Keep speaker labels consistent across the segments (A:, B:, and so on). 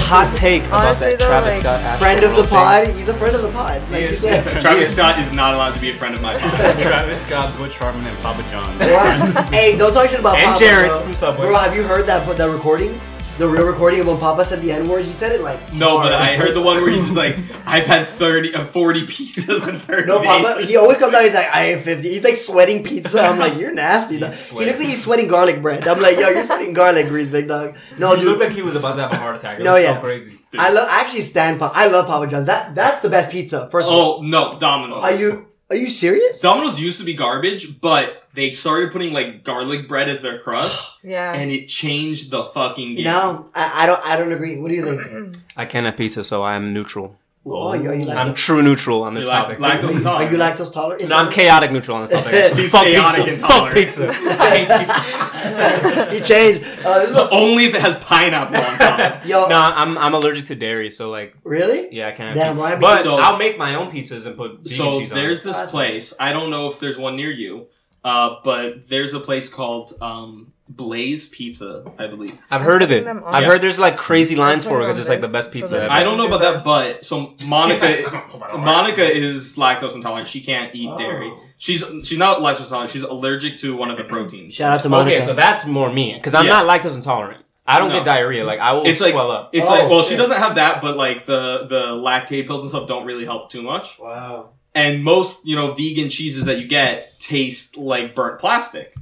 A: hot take about
B: Honestly,
A: that
B: though,
A: Travis
B: like-
A: Scott Astro
C: friend of the
A: World thing.
C: pod. He's a friend of the pod. Like,
D: He
C: he's
D: is.
C: like,
D: Travis Scott is not allowed to be a friend of my pod.
E: Travis Scott, Butch Harmon, and Papa John.
C: what? hey, don't talk shit about
E: And
C: Papa.
E: Jared
C: bro.
E: from Subway.
C: Bro, have you heard that that recording? The real recording of when Papa said the N word. He said it like.
D: No, but
C: hard.
D: I heard the one where he's just like, I've had 30, uh, 40 pizzas and 30
C: No, Papa.
D: pizzas."
C: He always comes out. He's like, I ain't fifty. He's like sweating pizza. I'm like, you're nasty. dog. He looks
D: sweating.
C: like he's sweating garlic bread. I'm like, yo, you're sweating garlic grease, big dog. No,
E: he
C: dude.
E: looked like he was about to have a heart attack. It
C: No,
E: was
C: yeah.
E: so crazy.
C: I love. I actually stand. Papa. I love Papa John's. That that's the best pizza. First of all,
D: Oh, no, Domino's.
C: are you are you serious?
D: Domino's used to be garbage, but they started putting like garlic bread as their crust,
B: Yeah.
D: and it changed the fucking game.
C: No, I, I don't. I don't agree. What do you think?
A: I can have pizza, so I am neutral.
C: Oh, yo, you
A: I'm
C: lactose,
A: true neutral on
D: You're
A: this
D: lac-
A: topic.
D: lactose
C: are you
D: intolerant.
C: lactose tolerant?
A: no, I'm chaotic neutral on this topic. actually.
D: He's
A: Fuck
D: chaotic
A: pizza.
D: intolerant.
A: Fuck pizza.
D: I hate pizza.
C: he changed. Uh, this is
A: Oh.
C: a,
D: Only if it has pineapple on top.
C: yo,
A: no, I'm I'm allergic to dairy, so like
C: really?
A: yeah, I can't.
C: Damn,
A: Have
C: why
A: pizza.
C: be
A: But
D: so-
A: I'll make my own pizzas and put vegan
D: so
A: cheese on.
D: there's
A: it.
D: this
C: That's
D: place. I don't know if there's one near you, uh, but there's a place called um, Blaze Pizza, I believe.
A: I've heard of it.
B: putting them on-
A: I've
D: Yeah.
A: heard there's like crazy lines for it
B: them
A: because
B: on
A: it's like the
B: this
A: best
B: so
A: pizza.
B: that-
A: ever.
D: I don't know about
B: Yeah.
D: that, but so Monica,
A: Oh
D: Monica is lactose intolerant. She can't
C: Oh.
D: eat dairy. She's she's not lactose intolerant. She's allergic to one of the proteins.
C: Shout out to Monica.
A: Okay, so that's more me because I'm
D: Yeah.
A: not lactose intolerant. I don't
D: No.
A: get diarrhea. Like I will
D: It's like
A: swell up.
D: it's
C: Oh,
D: like well, she
C: shit.
D: doesn't have that, but like the the lactate pills and stuff don't really help too much.
C: wow.
D: And most you know vegan cheeses that you get taste like burnt plastic.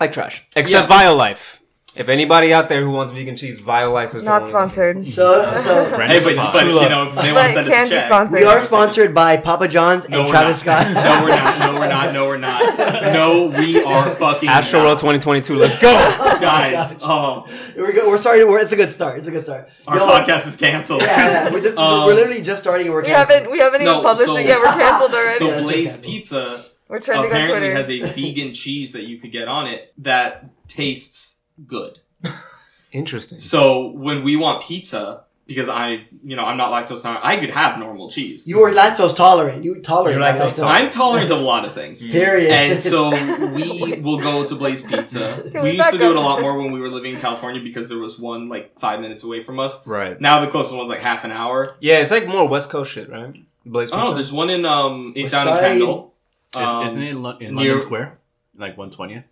A: like trash. Except Violife. If anybody out there who wants vegan cheese, Violife is
B: Not
A: the one.
B: sponsored.
C: So so
D: Hey, but, but you know if they want
B: But
D: to
B: it
D: send
B: can
D: us a
B: be
D: check.
B: sponsored.
C: we are sponsored by Papa John's and
D: No, we're
C: Travis
D: not.
C: Scott.
D: No, we're not. No, we're not. No, we're not. No, we are fucking
A: Astro World
D: not.
A: 2022. Let's go.
D: guys. Oh,
C: We're, go- we're starting. We're, it's a good start. It's a good start.
D: our
C: Yo,
D: podcast is canceled.
C: Yeah, yeah, we're, just,
D: Um,
C: we're literally just starting. And we're
B: We
C: canceled.
B: haven't we haven't
D: No,
B: even published
D: so-
B: it yet. We're canceled already.
D: So
C: that's
D: Blaze
C: acceptable.
D: Pizza
B: we're trending on
D: apparently
B: Twitter.
D: has a vegan cheese that you could get on it that tastes good.
A: Interesting.
D: So when we want pizza, because I, you know, I'm not lactose intolerant, I could have normal cheese.
C: You were lactose tolerant. You tolerant.
A: You're
C: by
A: lactose
D: I'm tolerant of a lot of things.
C: Period.
D: And so we will go to Blaze Pizza. We
B: Can we
D: used to
B: back
D: do it a
B: up?
D: lot more when we were living in California because there was one like five minutes away from us.
A: Right.
D: Now the closest one's like half an hour.
A: Yeah, it's like more West Coast shit, right? Blaze
D: Oh,
A: pizza.
D: there's one in um in
C: West
D: down in
C: Side.
D: Kendall. Um,
E: Is, isn't it in, Lon- in
D: near-
E: London Square? Like 120th?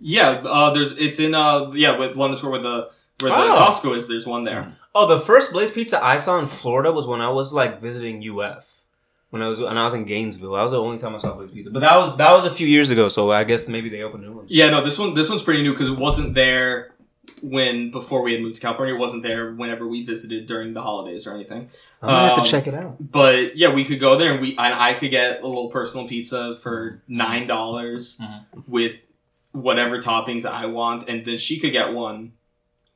D: Yeah, uh, there's it's in uh yeah with London Square where the where the
A: Oh.
D: Costco is. There's one
E: Hmm.
D: there.
A: Oh, the first Blaze Pizza I saw in Florida was when I was like visiting UF. When I was when I was in Gainesville, that was the only time I saw Blaze Pizza. But that was that was a few years ago, so I guess maybe they opened new ones.
D: Yeah, no, this one this one's pretty new because it wasn't there when before we had moved to California. It wasn't there whenever we visited during the holidays or anything.
A: I'm gonna have
D: Um,
A: to check it out.
D: But yeah, we could go there and we and I could get a little personal pizza for nine dollars with whatever toppings I want, and then she could get one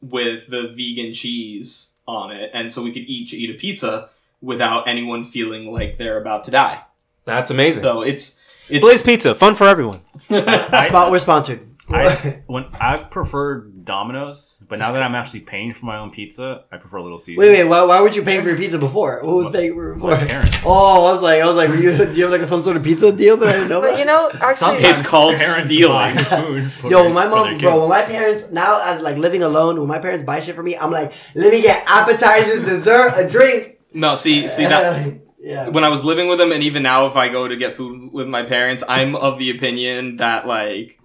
D: with the vegan cheese on it, and so we could each eat a pizza without anyone feeling like they're about to die.
A: That's amazing.
D: So it's it's
A: Blaze Pizza, fun for everyone.
C: Spot. We're sponsored.
E: I, when, I prefer Domino's, but now that I'm actually paying for my own pizza, I prefer Little Caesars.
C: Wait, wait. Why, why were you paying for your pizza before? What was paying for it
E: My
C: before?
E: parents.
C: Oh, I was like, I was like, were you, do you have like some sort of pizza deal that I didn't know about?
B: but you know, actually,
D: It's called
E: parents
D: stealing.
E: buy food for
C: Yo,
E: their-
C: when my
E: for
C: mom,
E: their
C: bro, when
E: kids.
C: my parents now as like living alone, when my parents buy shit for me, I'm like, let me get appetizers, dessert, a drink.
D: no, see, see that
C: yeah.
D: when I was living with them, and even now, if I go to get food with my parents, I'm of the opinion that like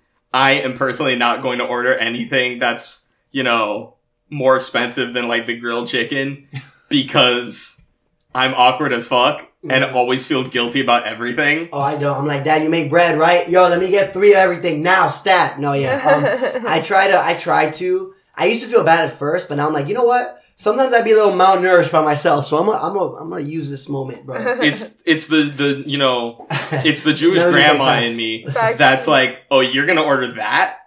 D: I am personally not going to order anything that's you know more expensive than like the grilled chicken because I'm awkward as fuck and always feel guilty about everything.
C: Oh, I don't. I'm like, Dad, you make bread, right? Yo, let me get three of everything now, stat. No, yeah. Um, I try to. I try to. I used to feel bad at first, but now I'm like, you know what? Sometimes I'd be a little malnourished by myself, so I'm gonna, I'm gonna, I'm gonna use this moment, bro.
D: It's it's the the you know it's the Jewish
C: No, you take
D: grandma
C: facts.
D: in me
B: Facts.
D: that's like, oh, you're gonna order that?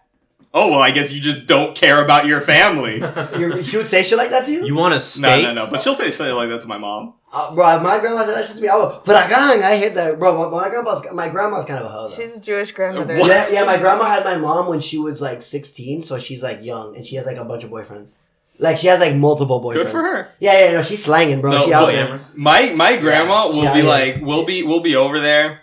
D: Oh well, I guess you just don't care about your family.
C: You're, she would say shit like that to you,
A: You want a
D: No,
A: steak?
D: no, no. But she'll say something like that to my mom.
C: uh, bro. if My grandma said that shit to me. I would, but I gang, I hit that, bro. My, my grandma's, my grandma's kind of a hoe. though.
B: she's a Jewish grandmother.
D: What?
C: Yeah, yeah. My grandma had my mom when she was like 16, so she's like young, and she has like a bunch of boyfriends. Like she has like multiple boyfriends.
D: Good for her.
C: Yeah, yeah. No, she's slanging, bro.
D: No, oh,
C: she out
D: well,
C: there.
A: yeah.
D: My my grandma
C: Yeah,
D: will
C: yeah,
D: be
C: yeah.
D: like, we'll be we'll be over there.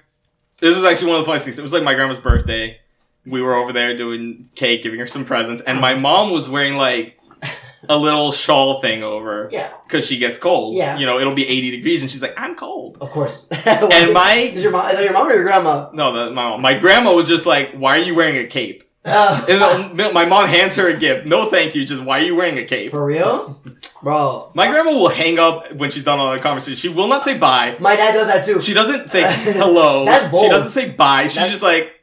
D: This is actually one of the funniest things. It was like my grandma's birthday. We were over there doing cake, giving her some presents, and my mom was wearing like a little shawl thing over
C: Yeah,
D: because she gets cold.
C: Yeah.
D: You know, it'll be 80 degrees and she's like, I'm cold.
C: of course.
D: And my,
C: is your mom, is that your mom or your grandma?
D: no, the, my mom, my grandma was just like, why are you wearing a cape?
C: Uh,
D: And then my mom hands her a gift. No, thank you. Just why are you wearing a cape?
C: for real, bro.
D: My grandma will hang up when she's done all the conversation. She will not say bye.
C: My dad does that too.
D: She doesn't say hello.
C: That's bold.
D: She doesn't say bye. She's
C: That's-
D: just like,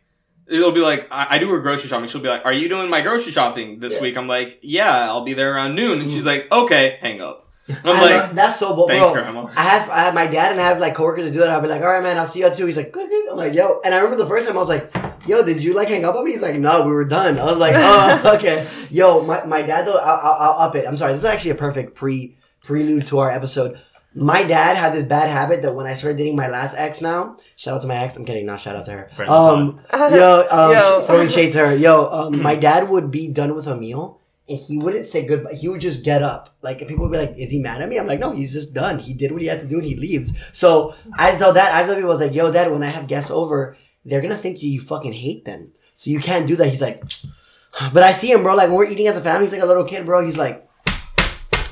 D: it'll be like, I, I do her grocery shopping. She'll be like, Are you doing my grocery shopping this
C: Yeah. Mm.
D: week? I'm like, Yeah, I'll be there around noon. And she's like, Okay, hang up. And I'm
C: I
D: like,
C: love- that's so bold,
D: Thanks,
C: bro.
D: Grandma.
C: I have, I have my dad and I have like coworkers that do that. I'll be like, all right, man, I'll see you too. He's like, good, good. I'm like, yo. And I remember the first time I was like, yo, did you like hang up on me? He's like, no, we were done. I was like, oh, okay. Yo, my, my dad though, I'll, I'll, I'll up it. I'm sorry. This is actually a perfect pre prelude to our episode. My dad had this bad habit that when I started dating my last ex now, shout out to my ex. I'm kidding, not shout out to her.
E: Friend of
C: um, yo, um,
B: Yo.
C: throwing shade to her. Yo, um, my dad would be done with a meal and he wouldn't say goodbye. He would just get up. Like, and people would be like, is he mad at me? I'm like, no, he's just done. He did what he had to do and he leaves. So I tell that, I tell people, I was like, yo, dad, when I have guests over, they're going to think you fucking hate them. So you can't do that. He's like, but I see him, bro. Like, when we're eating as a family, he's like a little kid, bro. He's like, I'm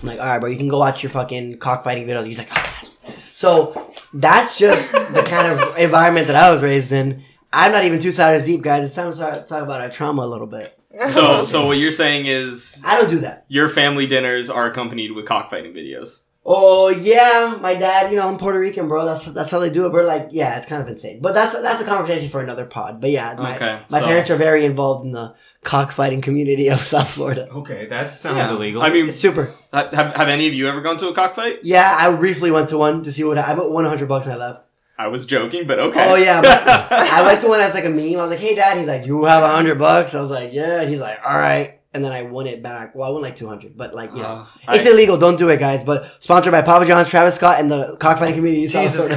C: like, all right, bro, you can go watch your fucking cockfighting videos. He's like, oh, yes. So that's just the kind of environment that I was raised in. I'm not even two siders deep, guys. It's time to start talk about our trauma a little bit.
D: So, so what you're saying is
C: I don't do that.
D: your family dinners are accompanied with cockfighting videos.
C: Oh yeah, my dad. You know, I'm Puerto Rican, bro. That's that's how they do it. But like, yeah, it's kind of insane. But that's that's a conversation for another pod. But yeah, my,
D: Okay,
C: my
D: so-
C: parents are very involved in the cockfighting community of South Florida.
A: Okay, that sounds
D: Yeah.
A: illegal.
D: I mean,
C: It's super.
D: ha- have, have any of you ever gone to a cockfight?
C: Yeah, I briefly went to one to see what I, I put 100 bucks and I left.
D: I was joking, but okay.
C: Oh, yeah, I went to one as like a meme. I was like, "Hey, dad." He's like, "You have 100 bucks." I was like, "Yeah." And he's like, "All right." And then I won it back. Well, I won like 200, but like, yeah.
D: Uh,
C: It's
D: I-
C: illegal. Don't do it, guys. But sponsored by Papa John's, Travis Scott, and the cockfighting community. in South Florida.
E: Jesus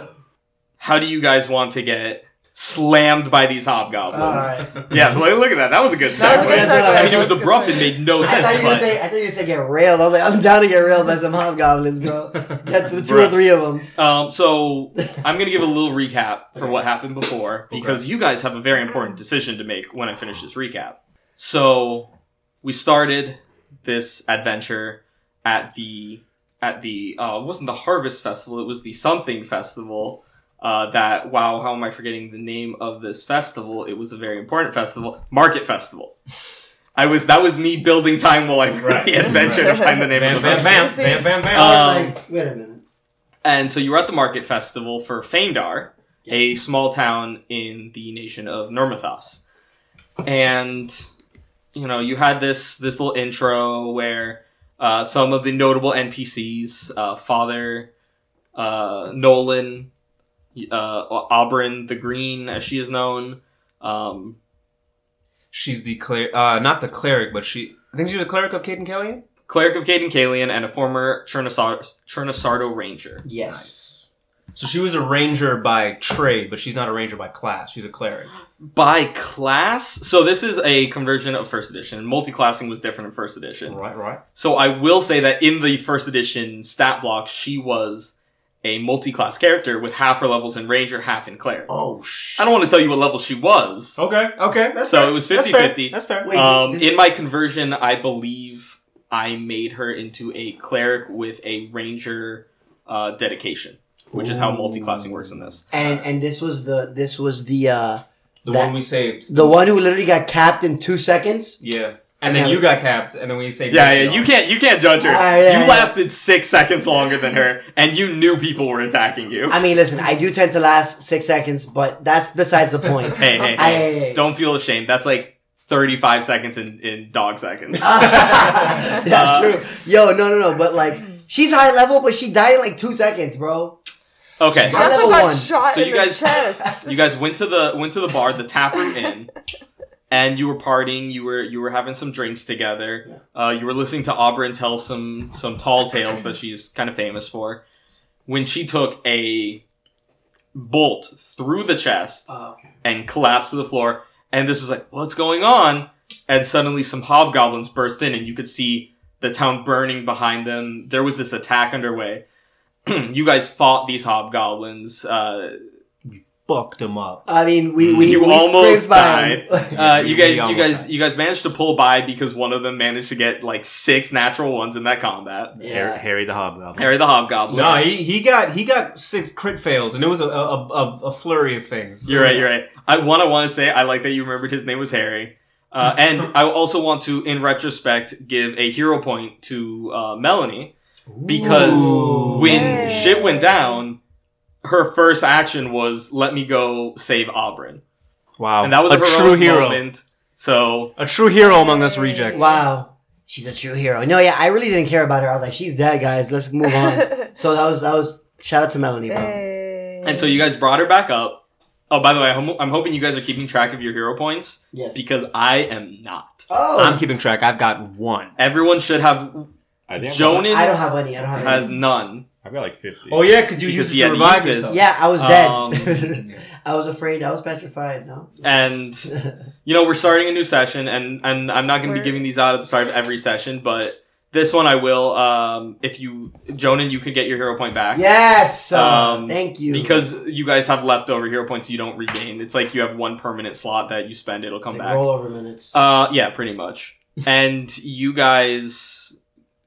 D: how do you guys want to get slammed by these hobgoblins?
C: All right.
D: Yeah, look, look at that. That was a good
B: That
D: segue.
B: was a good segue.
D: I mean, it was abrupt and made no
C: I
D: sense.
C: thought you were
D: but-
C: say I thought you were saying get railed. I'm like, I'm down to get railed by some hobgoblins, bro. Get the two or
D: Bruh.
C: three of them.
D: um, so I'm gonna give a little recap for what happened before because you guys have a very important decision to make when I finish this recap. So we started this adventure at the at the uh, it wasn't the Harvest Festival. It was the something festival. Uh, that wow, how am I forgetting the name of this festival? It was a very important festival, Market Festival. I was that was me building time while I read
A: Right.
D: the adventure to find the name of
A: Bam,
D: the festival.
A: bam, bam, bam, bam, bam.
D: Uh,
C: I was
D: Um,
C: like, wait a minute.
D: And so you were at the market festival for Feindar, a small town in the nation of Normathos. And you know, you had this this little intro where uh, some of the notable NPCs, uh, Father uh, Nolan, uh, Auburn the Green, as she is known, um,
A: She's the cleric, uh, not the cleric, but she. I think she was a cleric of Caden Kellyan.
D: cleric of Caden Kalian, and a former Chernasar- Chernasardo ranger.
C: Yes.
A: So she was a ranger by trade, but she's not a ranger by class. She's a cleric.
D: By class, so this is a conversion of first edition. Multi-classing was different in first edition.
A: Right, right.
D: So I will say that in the first edition stat block, she was a multi-class character with half her levels in ranger, half in cleric.
A: Oh shit.
D: I don't want to tell you what level she was.
A: Okay, okay. That's
D: So
A: fair.
D: it was
A: That's fair.
D: 50-50.
A: That's fair.
C: Oh, Wait,
D: um,
C: this-
D: in my conversion, I believe I made her into a cleric with a ranger uh, dedication, which is how
A: Ooh.
D: multi-classing works in this.
C: And and this was the this was the uh
A: the
C: that-
A: one we saved.
C: the one who literally got capped in two seconds.
A: Yeah. And then
C: Okay.
A: you got capped, and then we saved.
D: Yeah,
A: Raphael.
D: yeah, you can't you can't judge her.
C: Ah, yeah,
D: you
C: yeah.
D: lasted six seconds longer than her, and you knew people were attacking you.
C: I mean, listen, I do tend to last six seconds, but that's besides the point.
D: hey, hey, hey.
C: I-
D: Don't feel ashamed. That's like 35 seconds in, in dog seconds.
C: Ah. That's
D: Uh,
C: true. Yo, no, no, no, but like she's high level, but she died in like two seconds, bro.
D: Okay.
C: High
B: That's
C: level
B: what got
C: one.
B: shot
D: So
B: in
D: you
B: the
D: guys-
B: chest.
D: You guys went to the went to the bar, the tap room inn, and you were partying, you were you were having some drinks together. Uh, you were listening to Auburn tell some some tall tales that she's kind of famous for. When she took a bolt through the chest
C: Oh, okay.
D: and collapsed to the floor. And this is like, what's going on? And suddenly some hobgoblins burst in, and you could see the town burning behind them. There was this attack underway. you guys fought these hobgoblins. Uh,
A: fucked him up.
C: I mean, we we,
D: You
C: we
D: almost
C: scraped by
D: died.
C: him.
D: Uh, you
A: We- we
D: guys, you
A: almost
D: guys,
A: died.
D: you guys managed to pull by because one of them managed to get like six natural ones in that combat.
E: Harry,
C: yeah.
E: Harry the Hobgoblin.
D: Harry the Hobgoblin.
A: No, he, he got he got six crit fails, and it was a a, a, a flurry of things.
D: You're right. You're right. I one I want to say I like that you remembered his name was Harry, uh, and I also want to, in retrospect, give a hero point to uh, Melanie because
A: Ooh.
D: when
B: Yay.
D: shit went down, her first action was let me go save Aubryn,
A: Wow,
D: and that was
A: a
D: her
A: true hero,
D: moment. So
A: a true hero among us rejects.
C: Wow, she's a true hero. No, yeah, I really didn't care about her. I was like, she's dead, guys. Let's move on. so that was that was shout out to Melanie. Bro.
B: Dang.
D: and so you guys brought her back up. Oh, by the way, I'm, I'm hoping you guys are keeping track of your hero points
C: Yes.
D: because I am not.
C: oh,
A: I'm keeping track. I've got one.
D: Everyone should have.
E: I
C: I
E: think I've got-
C: don't
D: Jonan
C: have any. I don't have
D: has
C: any.
D: none.
E: I've got like fifty.
A: Oh yeah, because you
D: Because
A: used
D: he
A: it
D: had
A: to
D: to
A: revive
D: use his-
A: yourself.
C: Yeah, I was dead.
D: Um,
C: I was afraid. I was petrified. No.
D: And you know, we're starting a new session, and and I'm not going to be
B: Word.
D: giving these out at the start of every session, but this one I will. Um, if you, Jonan, you could get your hero point back.
C: yes. uh,
D: Um,
C: thank you.
D: Because you guys have leftover hero points you don't regain. It's like you have one permanent slot that you spend, it'll come
C: Like
D: back.
C: rollover minutes.
D: Uh, yeah, pretty much. and you guys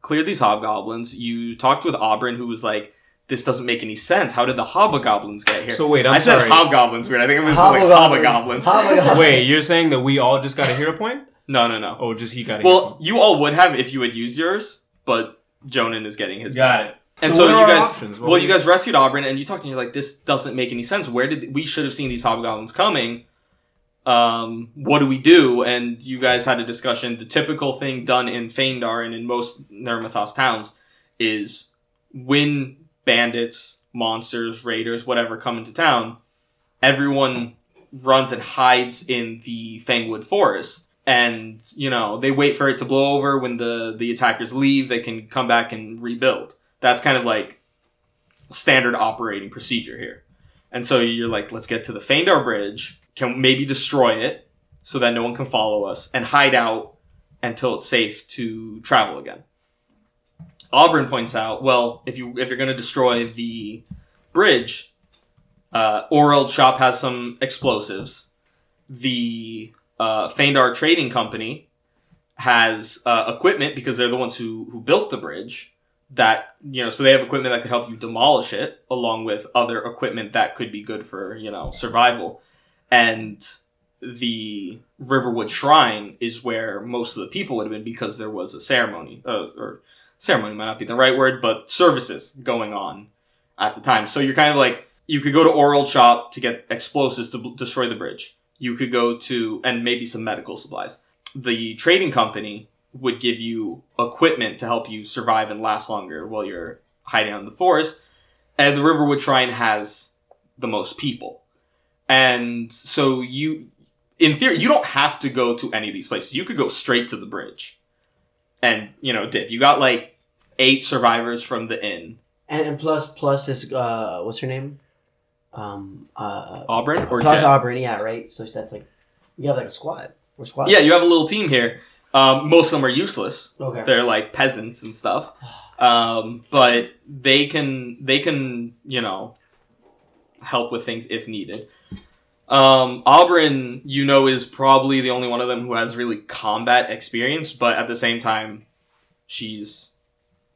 D: cleared these hobgoblins. You talked with Aubryn, who was like, "This doesn't make any sense. How did the hobgoblins get here?"
A: So wait, I'm
D: I said
A: sorry.
D: hobgoblins weird. I think it was like
C: Hobgoblin.
D: hobgoblins.
C: Hobgoblin.
A: wait, you're saying that we all just got a hero point,
D: no, no, no.
A: or just he got a hero
D: Well,
A: point?
D: you all would have if you had used yours, but Jonan is getting his.
A: Got it.
D: And so,
A: what are
D: you
A: our
D: guys,
A: options? What
D: well,
A: we-
D: you guys rescued Aubryn, and you talked, and you're like, this doesn't make any sense. Where did we should have seen these hobgoblins coming? Um, what do we do? And you guys had a discussion. The typical thing done in Feindar and in most Nermathos towns is when bandits, monsters, raiders, whatever come into town, everyone runs and hides in the Fangwood forest. And, you know, they wait for it to blow over. When the, the attackers leave, they can come back and rebuild. That's kind of like standard operating procedure here. And so you're like, let's get to the Feindar Bridge, can maybe destroy it so that no one can follow us, and hide out until it's safe to travel again. Auburn points out, well, if you if you're gonna destroy the bridge, uh, Orald Shop has some explosives. The uh, Feindar Trading Company has uh, equipment because they're the ones who who built the bridge that you know so they have equipment that could help you demolish it along with other equipment that could be good for you know survival and the riverwood shrine is where most of the people would have been because there was a ceremony uh, or ceremony might not be the right word but services going on at the time so you're kind of like you could go to oral shop to get explosives to bl- destroy the bridge you could go to and maybe some medical supplies the trading company would give you equipment to help you survive and last longer while you're hiding out in the forest. And the Riverwood Shrine has the most people. And so you, in theory, you don't have to go to any of these places. You could go straight to the bridge and, you know, dip. You got like eight survivors from the inn.
C: and, and plus plus is uh, what's her name? Um. Uh.
D: Auburn or
C: plus
D: Jet?
C: Auburn. Yeah. Right. So that's like you have like a squad. We're squad.
D: Yeah, you have a little team here. Um, most of them are useless.
C: Okay.
D: they're like peasants and stuff um, but they can they can you know help with things if needed um, auburn you know is probably the only one of them who has really combat experience but at the same time she's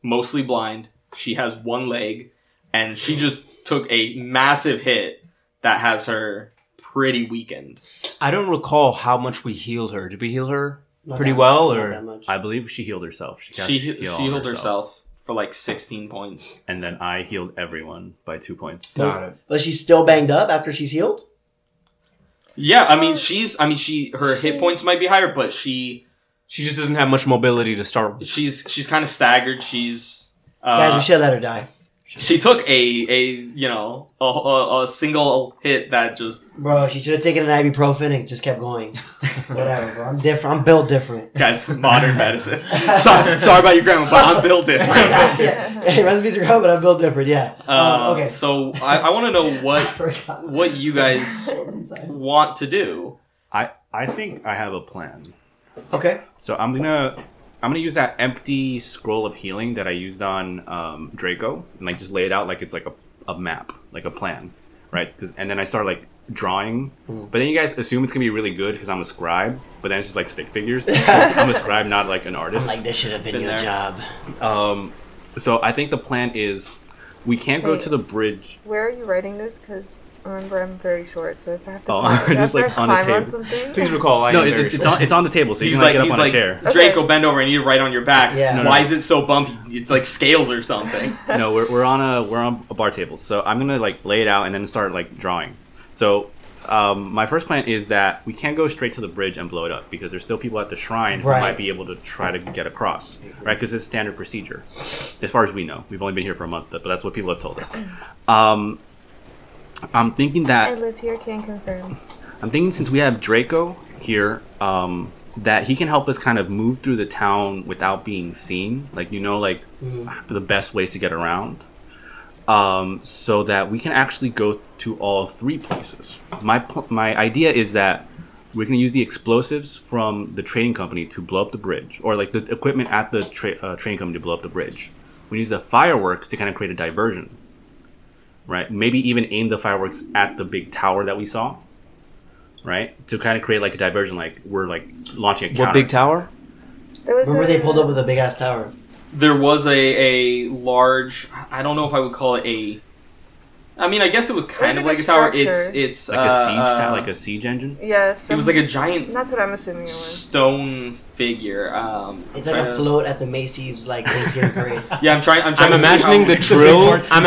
D: mostly blind she has one leg and she just took a massive hit that has her pretty weakened
A: I don't recall how much we healed her. Did we heal her
C: Not
A: pretty
C: that-
A: well,
C: not
A: or-
C: that much.
E: I believe she healed herself. She, cast
D: she,
E: heal
D: she
E: on
D: healed herself for like 16 points
E: and then I healed everyone by two points.
A: Got it.
C: But she's still banged up after she's healed.
D: Yeah, I mean she's I mean she her hit points might be higher, but she
A: She just doesn't have much mobility to start with.
D: she's she's kind of staggered. She's
C: Guys,
D: uh,
C: we should let her die,
D: she took a a you know a, a, a single hit that just
C: bro. She should have taken an ibuprofen and just kept going. Whatever, bro. I'm different. I'm built different.
D: guys modern medicine. sorry, sorry about your grandma, but I'm built different.
C: yeah. Hey, recipes are good, but I'm built different. Yeah.
D: Uh,
C: Uh, okay.
D: So I, I want to know
C: I
D: what
C: forgot.
D: what you guys want to do.
E: I I think I have a plan.
C: Okay.
E: So I'm gonna I'm gonna use that empty scroll of healing that I used on um, Draco and like just lay it out like it's like a, a map, like a plan, right? 'Cause- and then I start like drawing,
C: Mm.
E: but then you guys assume it's gonna be really good because I'm a scribe. But then it's just like stick figures. 'cause I'm a scribe, not like an artist.
C: Like this should have been,
E: Been
C: your
E: there.
C: job.
E: Um, so I think the plan is we can't go
B: Wait.
E: to the bridge.
B: Where are you writing this? Because remember, I'm very short, so if I have to,
E: Oh,
B: climb, if I
E: just,
B: have to
E: like, on the
B: climb
E: table.
B: something.
A: Please recall, I
E: no,
A: am
E: it,
A: very
E: it's
A: short.
E: on it's on the table, so you
D: He's
E: can
D: like,
E: like, get up
D: he's
E: on
D: like,
E: a chair.
D: Draco, bend over. I need to write on your back.
C: Yeah. No,
E: no,
D: Why
E: no.
D: is it so bumpy? It's like scales or something.
E: no, we're, we're on a we're on a bar table. So I'm gonna like lay it out and then start like drawing. So um, my first plan is that we can't go straight to the bridge and blow it up because there's still people at the shrine
C: Right.
E: who might be able to try to get across, right? Because it's standard procedure, as far as we know. We've only been here for a month, but that's what people have told us. Um, I'm thinking that
B: I live here, can confirm.
E: I'm thinking since we have Draco here, um, that he can help us kind of move through the town without being seen. Like you know, like the best ways to get around, um, so that we can actually go to all three places. My pl- my idea is that we're going to use the explosives from the trading company to blow up the bridge, or like the equipment at the tra- uh, trading company to blow up the bridge. We use the fireworks to kind of create a diversion, right? Maybe even aim the fireworks at the big tower that we saw, right? To kind of create like a diversion, like we're like launching a counter.
A: what big tower?
B: There was
C: Remember
B: a-
C: they pulled up with a big ass tower.
D: there was a a large. I don't know if I would call it a. I mean, I guess it was kind
B: It
D: of like
B: was like
D: a
B: a
D: tower.
B: structure.
D: It's it's
E: like a siege,
D: uh,
E: tower,
D: uh,
E: like a siege engine.
B: Yeah,
D: It was like a giant
B: That's what I'm assuming it was.
D: stone figure. Um,
C: It's like a
D: uh,
C: float at the Macy's like Thanksgiving parade.
D: Yeah, I'm trying. I'm, trying to
A: I'm
D: see
A: imagining
D: how-
A: the drill. I'm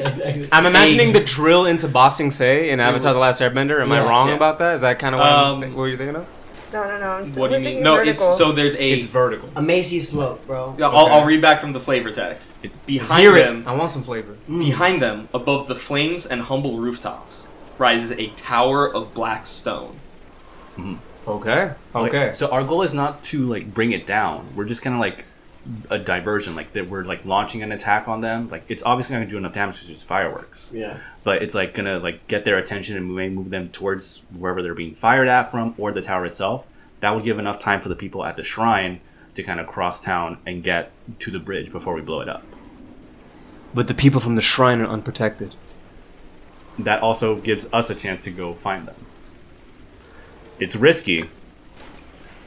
C: imagining.
A: I'm imagining the drill into Bossing Se in Avatar: The Last Airbender. Am I
C: Yeah.
A: wrong
D: Yeah.
A: about that? Is that kind of what,
D: Um,
A: I'm thi- what you're thinking of?
B: No, no, no. I'm-
D: What do
B: we're
D: you mean?
B: thinking
D: No,
B: vertical.
D: it's so there's a.
A: It's vertical.
C: A Macy's float, bro.
D: I'll, I'll
A: okay.
D: read back from the flavor text. Behind
A: Hear
D: them,
A: it. Mm. I want some flavor.
D: behind them, above the flames and humble rooftops, rises a tower of black stone.
A: Okay.
E: Like,
A: Okay.
E: so our goal is not to like bring it down. We're just kind of like a diversion, like that we're like launching an attack on them. Like it's obviously not gonna do enough damage because it's fireworks,
C: Yeah.
E: but it's like gonna like get their attention and may move them towards wherever they're being fired at from or the tower itself. That would give enough time for the people at the shrine to kind of cross town and get to the bridge before we blow it up.
A: But the people from the shrine are unprotected.
E: That also gives us a chance to go find them. It's risky,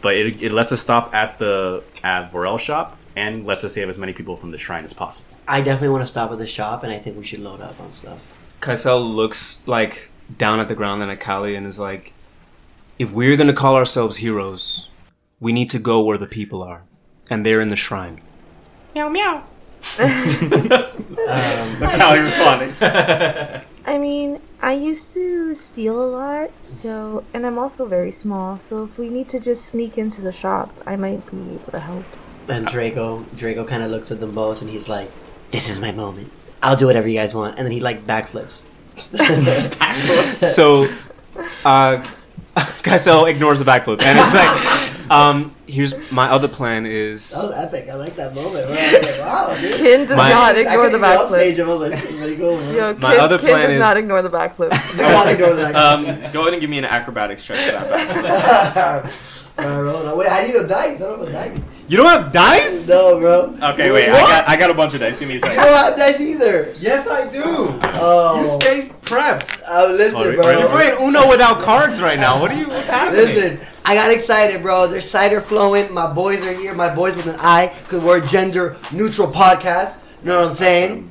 E: but it, it lets us stop at the at Vorel shop and lets us save as many people from the shrine as possible.
C: I definitely want to stop at the shop, and I think we should load up on stuff.
A: Kaisel looks like down at the ground and at Kali and is like, if we're gonna call ourselves heroes, we need to go where the people are, and they're in the shrine.
C: Um,
D: That's how he responded.
B: I mean, I used to steal a lot, so and I'm also very small. So if we need to just sneak into the shop, I might be able to help.
C: and Draco, Draco kind of looks at them both, and he's like, "This is my moment. I'll do whatever you guys want." And then he like backflips.
A: So, uh, Kaisel ignores the backflip and it's like, um, here's my other plan
C: That
A: is
C: was epic. I like that moment. Bro. I was like, wow, dude.
B: Ken does
A: My-
B: not
C: I
B: ignore
C: couldn't even
B: the
C: go upstage.
B: backflip.
C: I was like, this is pretty cool. Man.
B: Yo,
A: My
B: Ken-
A: other
B: Ken
A: plan
B: does
A: is-
B: not ignore the backflip.
A: Oh,
C: I want to go to that.
D: Um, go ahead and give me an acrobatics check for that. back. Um,
C: I rolled. Wait, I need a dice. I don't have a dice.
A: you don't have dice.
C: No, bro.
D: Okay, wait. I got, I got a bunch of dice. Give me a
C: I
D: second.
C: don't have dice either.
A: Yes, I do.
C: Oh,
A: You stay prepped.
C: Uh,
E: Oh,
C: listen,
E: re-
C: bro.
E: really?
A: You're playing Uno without cards right now. What are you? What's happening?
C: Listen, I got excited, bro. There's cider flowing. My boys are here. My boys with an I, because we're a gender neutral podcast. You know what I'm saying?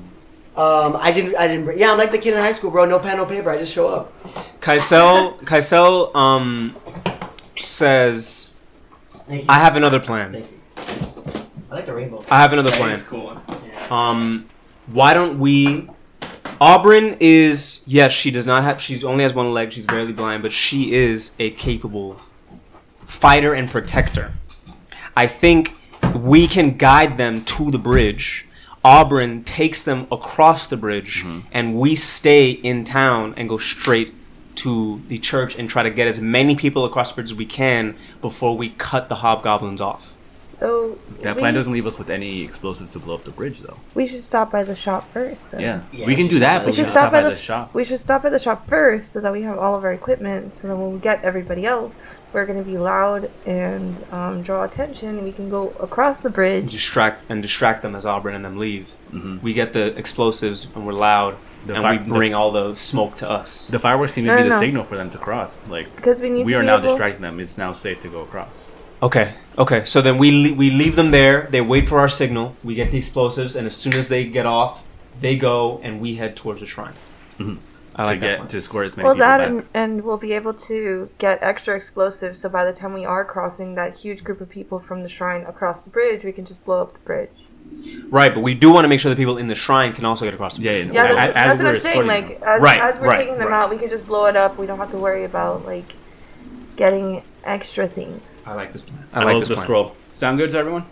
C: Um, I didn't. I didn't. br- Yeah, I'm like the kid in high school, bro. No pen, no paper. I just show up.
A: Kaisel, Kaisel, um, says,
C: Thank you.
A: I have another plan.
C: Thank you. I like the rainbow.
A: I have another
D: That's
A: plan.
D: a cool. one.
A: Um, why don't we? Aubryn is yes, she does not have. She only has one leg. She's barely blind, but she is a capable fighter and protector. I think we can guide them to the bridge. Aubryn takes them across the bridge, and we stay in town and go straight to the church and try to get as many people across the bridge as we can before we cut the hobgoblins off.
B: So
E: That
B: we,
E: plan doesn't leave us with any explosives to blow up the bridge, though.
B: We should stop by the shop first. then.
E: Yeah,
C: Yeah,
E: we can do
C: just
E: that,
C: stop
E: but
C: by
E: we
B: We
C: the
E: should
C: shop.
B: should
E: stop by the shop.
B: We should stop at the shop first, so that we have all of our equipment. So then, when we get everybody else, we're going to be loud and um, draw attention. and We can go across the bridge.
A: distract and distract them as Auburn and them leave. We get the explosives and we're loud,
E: Mm-hmm. The,
A: and
E: fi-
A: we bring all the smoke to us.
E: the, the fireworks seem to
B: No,
E: be
B: no,
E: the
B: no.
E: signal for them to cross. Like
B: Because we need
E: we
B: to
E: are
B: be
E: now
B: able-
E: distracting them. It's now safe to go across.
A: Okay. Okay. So then we le- we leave them there. They wait for our signal. We get the explosives, and as soon as they get off, they go and we head towards the shrine. I
E: Mm-hmm. to
A: like that.
E: get
A: One.
E: to score as many
B: Well,
E: people
B: that
E: back.
B: and, and we'll be able to get extra explosives. So by the time we are crossing that huge group of people from the shrine across the bridge, we can just blow up the bridge.
A: right, but we do want to make sure the people in the shrine can also get across. The
E: Yeah,
A: bridge.
E: yeah,
B: Yeah,
E: Right.
B: that's,
E: A- as
B: that's what
E: we're
B: I'm saying.
E: escorting
B: Like as,
A: Right,
B: as we're
A: right,
B: taking them
A: right.
B: out, we can just blow it up. We don't have to worry about like getting extra things.
A: I like this plan.
E: I,
A: I, like
E: love
A: this
E: the
A: plan.
E: scroll. Sound good to everyone?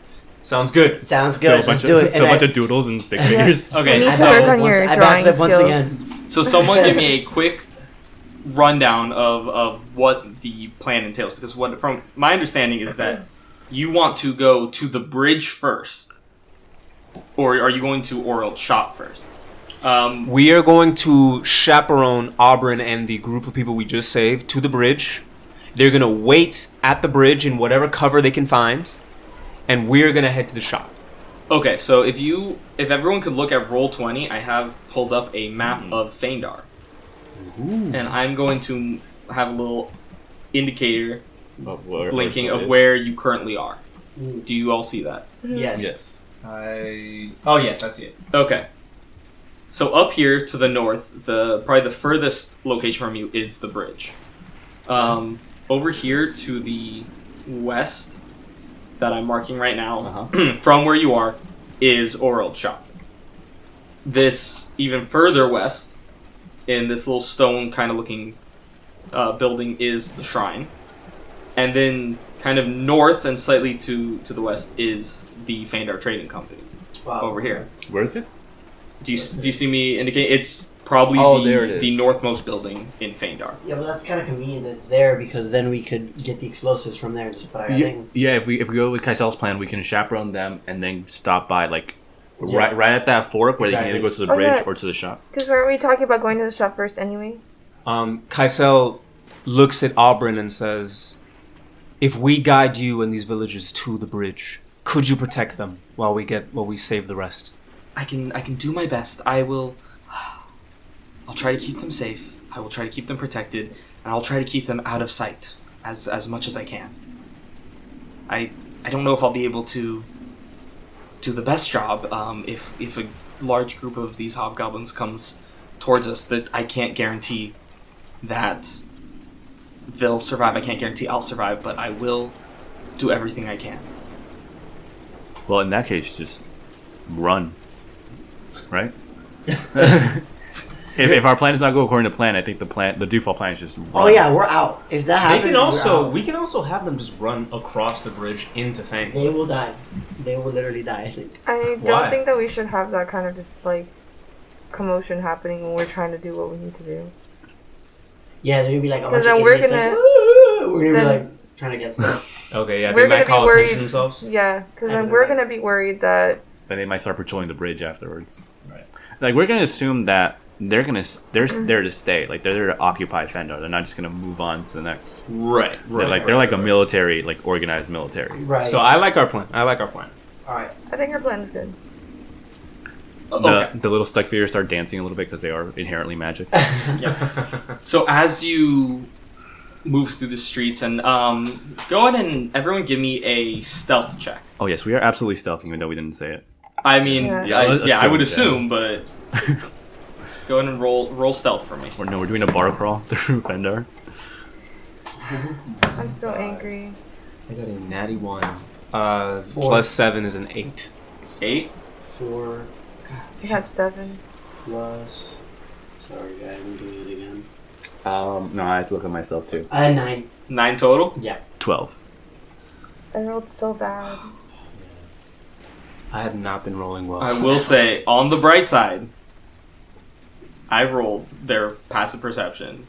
A: Sounds good.
C: Sounds
E: Still a
C: good. Let's
E: bunch
C: do
E: of
C: it.
E: still
C: And
E: a bunch
C: I-
E: of doodles and stick
B: Yeah.
E: figures.
B: We
D: Okay,
B: need
C: I
B: to work
C: backflipped
B: on
C: once-
B: your
C: I
B: drawing
C: backflipped once
B: skills.
D: So someone give me a quick rundown of, of what the plan entails because what from my understanding is that you want to go to the bridge first. Or are you going to Oral's shop first? Um,
A: We are going to chaperone Auburn and the group of people we just saved to the bridge. They're gonna wait at the bridge in whatever cover they can find, and we're gonna head to the shop.
D: okay, so if you if everyone could look at roll twenty, I have pulled up a map of Feindar. And I'm going to have a little indicator
E: Of where
D: blinking
E: Ursula
D: of
E: is.
D: where you currently are.
C: Mm.
D: Do you all see that?
B: Mm-hmm.
C: Yes.
E: Yes.
A: I oh yes, I see it.
D: Okay. So up here to the north, the probably the furthest location from you is the bridge. Um, over here to the west, that I'm marking right now, from where you are, is Oral Shop. This even further west, in this little stone kind of looking uh, building, is the shrine, and then kind of north and slightly to to the west is the Fandar Trading Company
C: Wow.
D: over here.
E: Where is it?
D: Do you do you see me indicating? It's probably
E: Oh,
D: the,
E: there it is.
D: the northmost building in Feindar.
C: Yeah, but that's kind of convenient that it's there because then we could get the explosives from there. and Just put our
E: Yeah,
C: thing.
E: yeah, if we if we go with Kaisel's plan, we can chaperone them and then stop by like
C: Yeah.
E: right right at that fork where they can either
C: Exactly.
E: go to the bridge
B: Okay.
E: or to the shop.
B: Because weren't we talking about going to the shop first anyway?
A: Um, Kaisel looks at Auburn and says, "If we guide you and these villagers to the bridge, could you protect them while we get while we save the rest?"
D: I can I can do my best. I will. I'll try to keep them safe. I will try to keep them protected, and I'll try to keep them out of sight as as much as I can. I I don't know if I'll be able to do the best job um, if if a large group of these hobgoblins comes towards us. That I can't guarantee that they'll survive. I can't guarantee I'll survive, but I will do everything I can.
E: Well, in that case, just run, right? if, if our plan does not go according to plan, I think the plan the default plan is just. Run.
C: Oh yeah, we're out. If that
A: They
C: happens,
A: can
C: we're
A: also
C: out.
A: we can also have them just run across the bridge into Fang.
C: They will die. They will literally die. I think.
B: I don't
A: Why?
B: think that we should have that kind of just like commotion happening when we're trying to do what we need to do.
C: Yeah, they're gonna be like. a bunch
B: Because
C: of
B: then we're
C: idiots,
B: gonna-
C: Like, "Woo!" we're gonna
B: then-
C: be like trying to get stuff.
A: Okay, yeah,
B: We're
A: they
B: gonna
A: might
B: be
A: call attention
B: worried-
A: to themselves.
B: Yeah, because
C: Yeah,
B: then
C: you're
B: we're
C: right.
B: gonna be worried that
E: Then they might start patrolling the bridge afterwards.
A: Right.
E: Like we're gonna assume that they're gonna s- they're s- there to stay. Like they're there to occupy Fendar. They're not just gonna move on to the next.
A: Right, right.
E: they're like they're like a military, like organized military.
C: right.
A: So I like our plan. I like our plan.
C: All right.
B: I think our plan is good.
D: Oh,
E: The, the little stuck figures start dancing a little bit because they are inherently magic.
D: So as you move through the streets, and um, go ahead and everyone give me a stealth check.
E: oh yes, we are absolutely stealthy, even though we didn't say it.
D: I mean,
B: Yeah.
D: yeah,
E: Yeah,
D: I,
E: let's
D: yeah, I would
E: assume,
D: assume, but go ahead and roll roll stealth for me.
E: Or no, we're doing a bar crawl through Fendar.
B: I'm so angry.
A: I got a natty one. Uh,
C: Four.
A: plus seven is an eight.
D: Eight.
C: Four
B: We had seven.
C: plus. Sorry, guys, I'm doing it again.
E: Um, no, I have to look at myself too.
C: Uh, nine.
D: Nine total.
C: Yeah.
E: Twelve.
B: I rolled so bad.
A: I have not been rolling well.
D: I will say, on the bright side, I rolled their passive perception,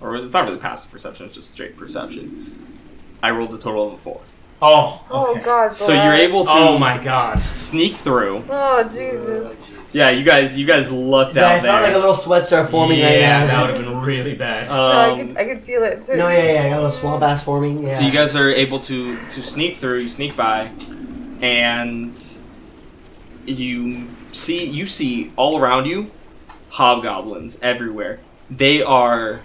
D: or it's not really passive perception; it's just straight perception. I rolled a total of a four,
A: oh,
B: Oh God.
D: so you're
B: Bless.
D: able to
A: Oh my god.
D: sneak through.
B: Oh
C: Uh,
B: Jesus.
D: Yeah, you guys, you guys lucked
C: yeah, I
D: out
C: felt like a
D: there.
C: little sweat start forming
A: yeah,
C: right now.
A: that would have been really bad.
B: No, I
D: Um,
B: could, I could feel it. Too.
C: No, yeah, yeah, I got a little swamp ass forming. Yeah.
D: So you guys are able to to sneak through. You sneak by, and you see you see all around you hobgoblins everywhere. They are,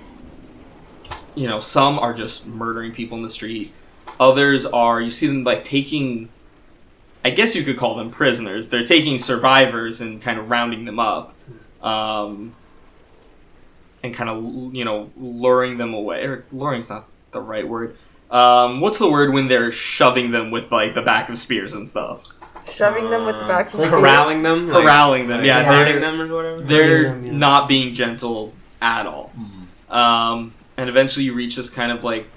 D: you know, some are just murdering people in the street. Others are, you see them like taking, I guess you could call them prisoners. They're taking survivors and kind of rounding them up. Um, and kind of, you know, luring them away. Or luring's not the right word. Um, what's the word when they're shoving them with like the back of spears and stuff?
B: Shoving them with the backs
D: Uh,
B: of their
A: uh, corralling them, like,
D: Corralling them, yeah.
C: like
D: They're,
A: hurting them or whatever.
D: they're
C: Hurting them, yeah.
D: not being gentle at all. Um, and eventually you reach this kind of like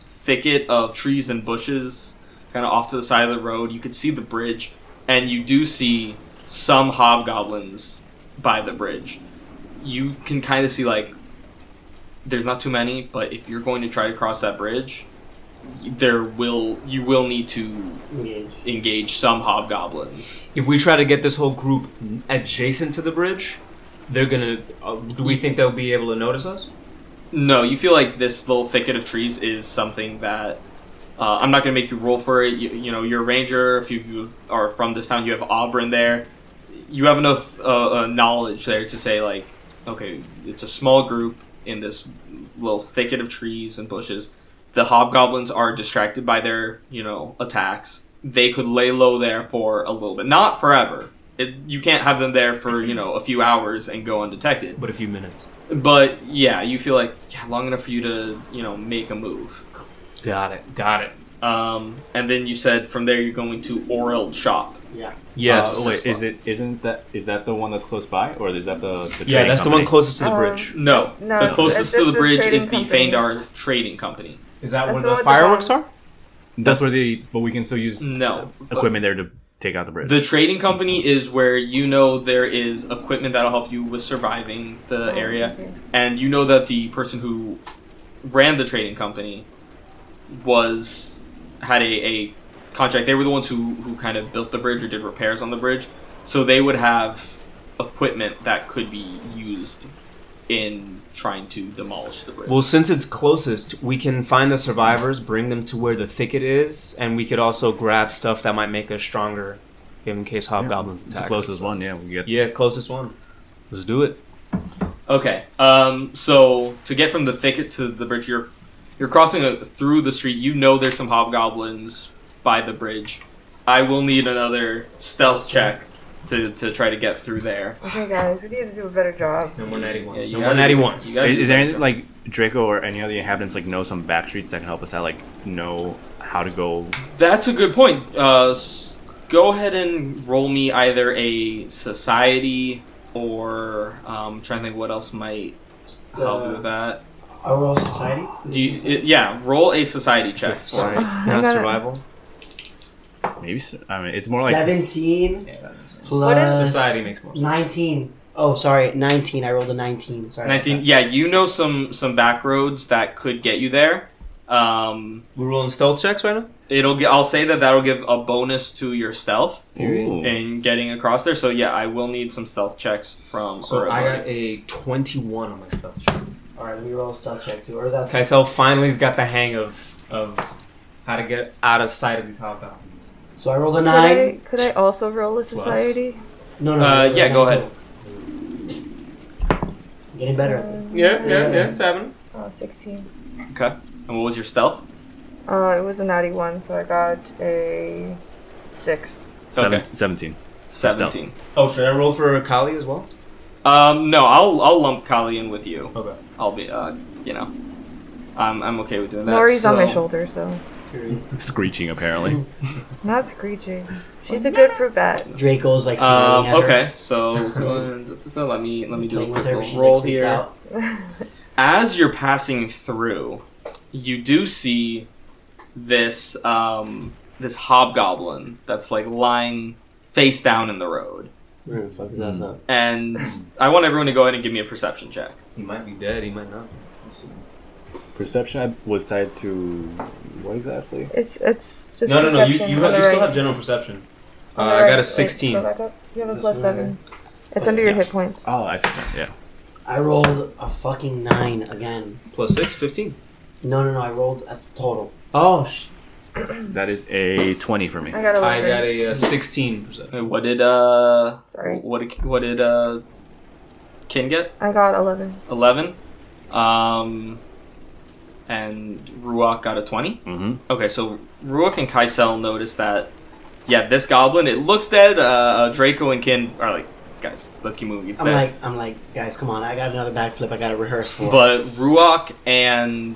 D: thicket of trees and bushes kind of off to the side of the road. You could see the bridge, and you do see some hobgoblins by the bridge. You can kind of see like there's not too many, but if you're going to try to cross that bridge, there will you will need to
C: Engage.
D: engage some hobgoblins.
A: if we try to get this whole group adjacent to the bridge, they're gonna. Uh, do we think they'll be able to notice us?
D: No, you feel like this little thicket of trees is something that uh, I'm not going to make you roll for it. You, you know, you're a ranger. If you- you are from this town, you have Auburn there. You have enough uh, uh, knowledge there to say like, okay, it's a small group in this little thicket of trees and bushes. The hobgoblins are distracted by their you know attacks. They could lay low there for a little bit, not forever. It, you can't have them there for you know a few hours and go undetected.
A: But a few minutes.
D: But yeah, you feel like yeah, long enough for you to you know make a move.
A: Got it. Got it.
D: Um, and then you said from there you're going to Orald shop.
C: Yeah.
A: Yes.
E: Uh, wait, is it isn't that is that the one that's close by, or is that the, the
A: yeah,
E: train
A: that's the
E: company?
A: one closest to the
B: Um,
A: bridge.
D: No,
B: No,
D: the closest
B: it's-
D: to the
B: it's Oh, a
D: bridge
B: trading
D: is the
B: company.
D: Feindar Trading Company.
A: Is that
B: That's
A: where
B: the
A: the
B: one with the
A: fireworks are?
B: bombs.
E: That's where the but we can still use
A: Mm.
D: No,
E: equipment there to take out the bridge.
D: The trading company is where you know there is equipment that'll help you with surviving the
B: Oh,
D: area,
B: okay.
D: and you know that the person who ran the trading company was had a, a contract. They were the ones who who kind of built the bridge or did repairs on the bridge, so they would have equipment that could be used in trying to demolish the bridge.
A: Well, since it's closest, we can find the survivors, bring them to where the thicket is, and we could also grab stuff that might make us stronger in case hobgoblins
E: It's the
A: attack.
E: closest one. Yeah, we get.
A: Yeah, closest one. Let's do it.
D: Okay. Um, so to get from the thicket to the bridge, you're you're crossing a, through the street. You know there's some hobgoblins by the bridge. I will need another stealth check to, to try to get through there.
B: Okay, guys, we need to do a better job.
A: No more natty ones.
D: you
A: no more
D: gotta-
A: natty
D: you
A: ones.
D: gotta-
E: Is, is there anything like Draco or any other inhabitants like know some back streets that can help us out? Like know how to go.
D: That's a good point. Uh, s- go ahead and roll me either a society or um, trying to think what else might help
C: Uh,
D: with that.
C: Our Royal Society?
D: Do you, it- yeah, roll a society check.
A: Sorry.
B: I'm
A: Not
B: gonna-
A: survival.
E: Maybe s- I mean it's more like
C: 17
B: What is-
C: plus
A: Society makes more sense.
C: 19. Oh, sorry, 19. I rolled a 19. Sorry. about
D: 19
C: that.
D: yeah you know some some back roads that could get you there um
A: We're rolling stealth checks right now?
D: it'll get i'll say that that'll give a bonus to your stealth
E: Ooh.
D: in getting across there so yeah i will need some stealth checks from
A: So
D: Orobo.
A: I got a 21 on my stealth check.
C: All right, let me roll a stealth check too. Or is that?
A: Kaisel finally's got the hang of of how to get out of sight of these hobgoblins.
C: So I rolled a
B: Could I,
C: nine.
B: could I also roll a society?
C: No, no.
D: Uh,
C: I rolled a
D: yeah, go
C: nine
D: ahead.
C: total. I'm Getting better at this.
A: Yeah, yeah, yeah, it's happening.
B: Oh, 16.
D: okay and what was your stealth
B: Uh, it was a natty one, so I got a six.
E: Seven,
D: okay.
E: 17.
D: 17
A: Oh, should I roll for Kali as well?
D: um no i'll i'll lump kali in with you
A: Okay.
D: i'll be uh you know i'm, I'm okay with doing that
B: Lori's on my
D: so-
B: shoulder, so
E: Screeching apparently.
B: not screeching. She's a good fruit bat.
C: Draco's like.
D: um,
C: staring at her,
D: okay, so go ahead, let me let me do a
C: playing
D: quick
C: with her, but
D: little roll
C: she's, like, freaked
D: here.
C: out.
D: as you're passing through, you do see this um, this hobgoblin that's like lying face down in the road.
C: Where the fuck is
D: Hmm.
C: that? sound?
D: And I want everyone to go ahead and give me a perception check.
A: He might be dead. He might not. We'll see.
E: Perception was tied to what exactly?
B: It's it's just
A: No, no, no. You, you,
B: perception on
A: have,
B: the
A: you still
B: right.
A: have general perception. Uh,
B: On the
A: I
B: right.
A: got a 16.
B: Wait, go back up. You have a
C: This
B: plus
C: one
B: seven. It's
C: Oh,
B: under your
E: yeah.
B: hit points.
E: Oh, I see. Yeah.
C: I rolled a fucking nine again.
A: Plus 6, 15.
C: No, no, no. I rolled. That's total. Oh, sh-
E: That is a 20 for me.
B: I got a
A: I
B: eleven.
A: got a uh, 16 perception.
D: What did uh
B: Sorry.
D: what did what did uh Kin get?
B: I got 11.
D: 11. Um, and Ruach got a 20.
E: Mm-hmm.
D: Okay, so Ruach and Kaisel notice that, yeah, this goblin, it looks dead. Uh, Draco and Kin are like, guys, let's keep moving. It's
C: I'm
D: dead.
C: like, I'm like, guys, come on! I got another backflip. I got to rehearse for.
D: But Ruach and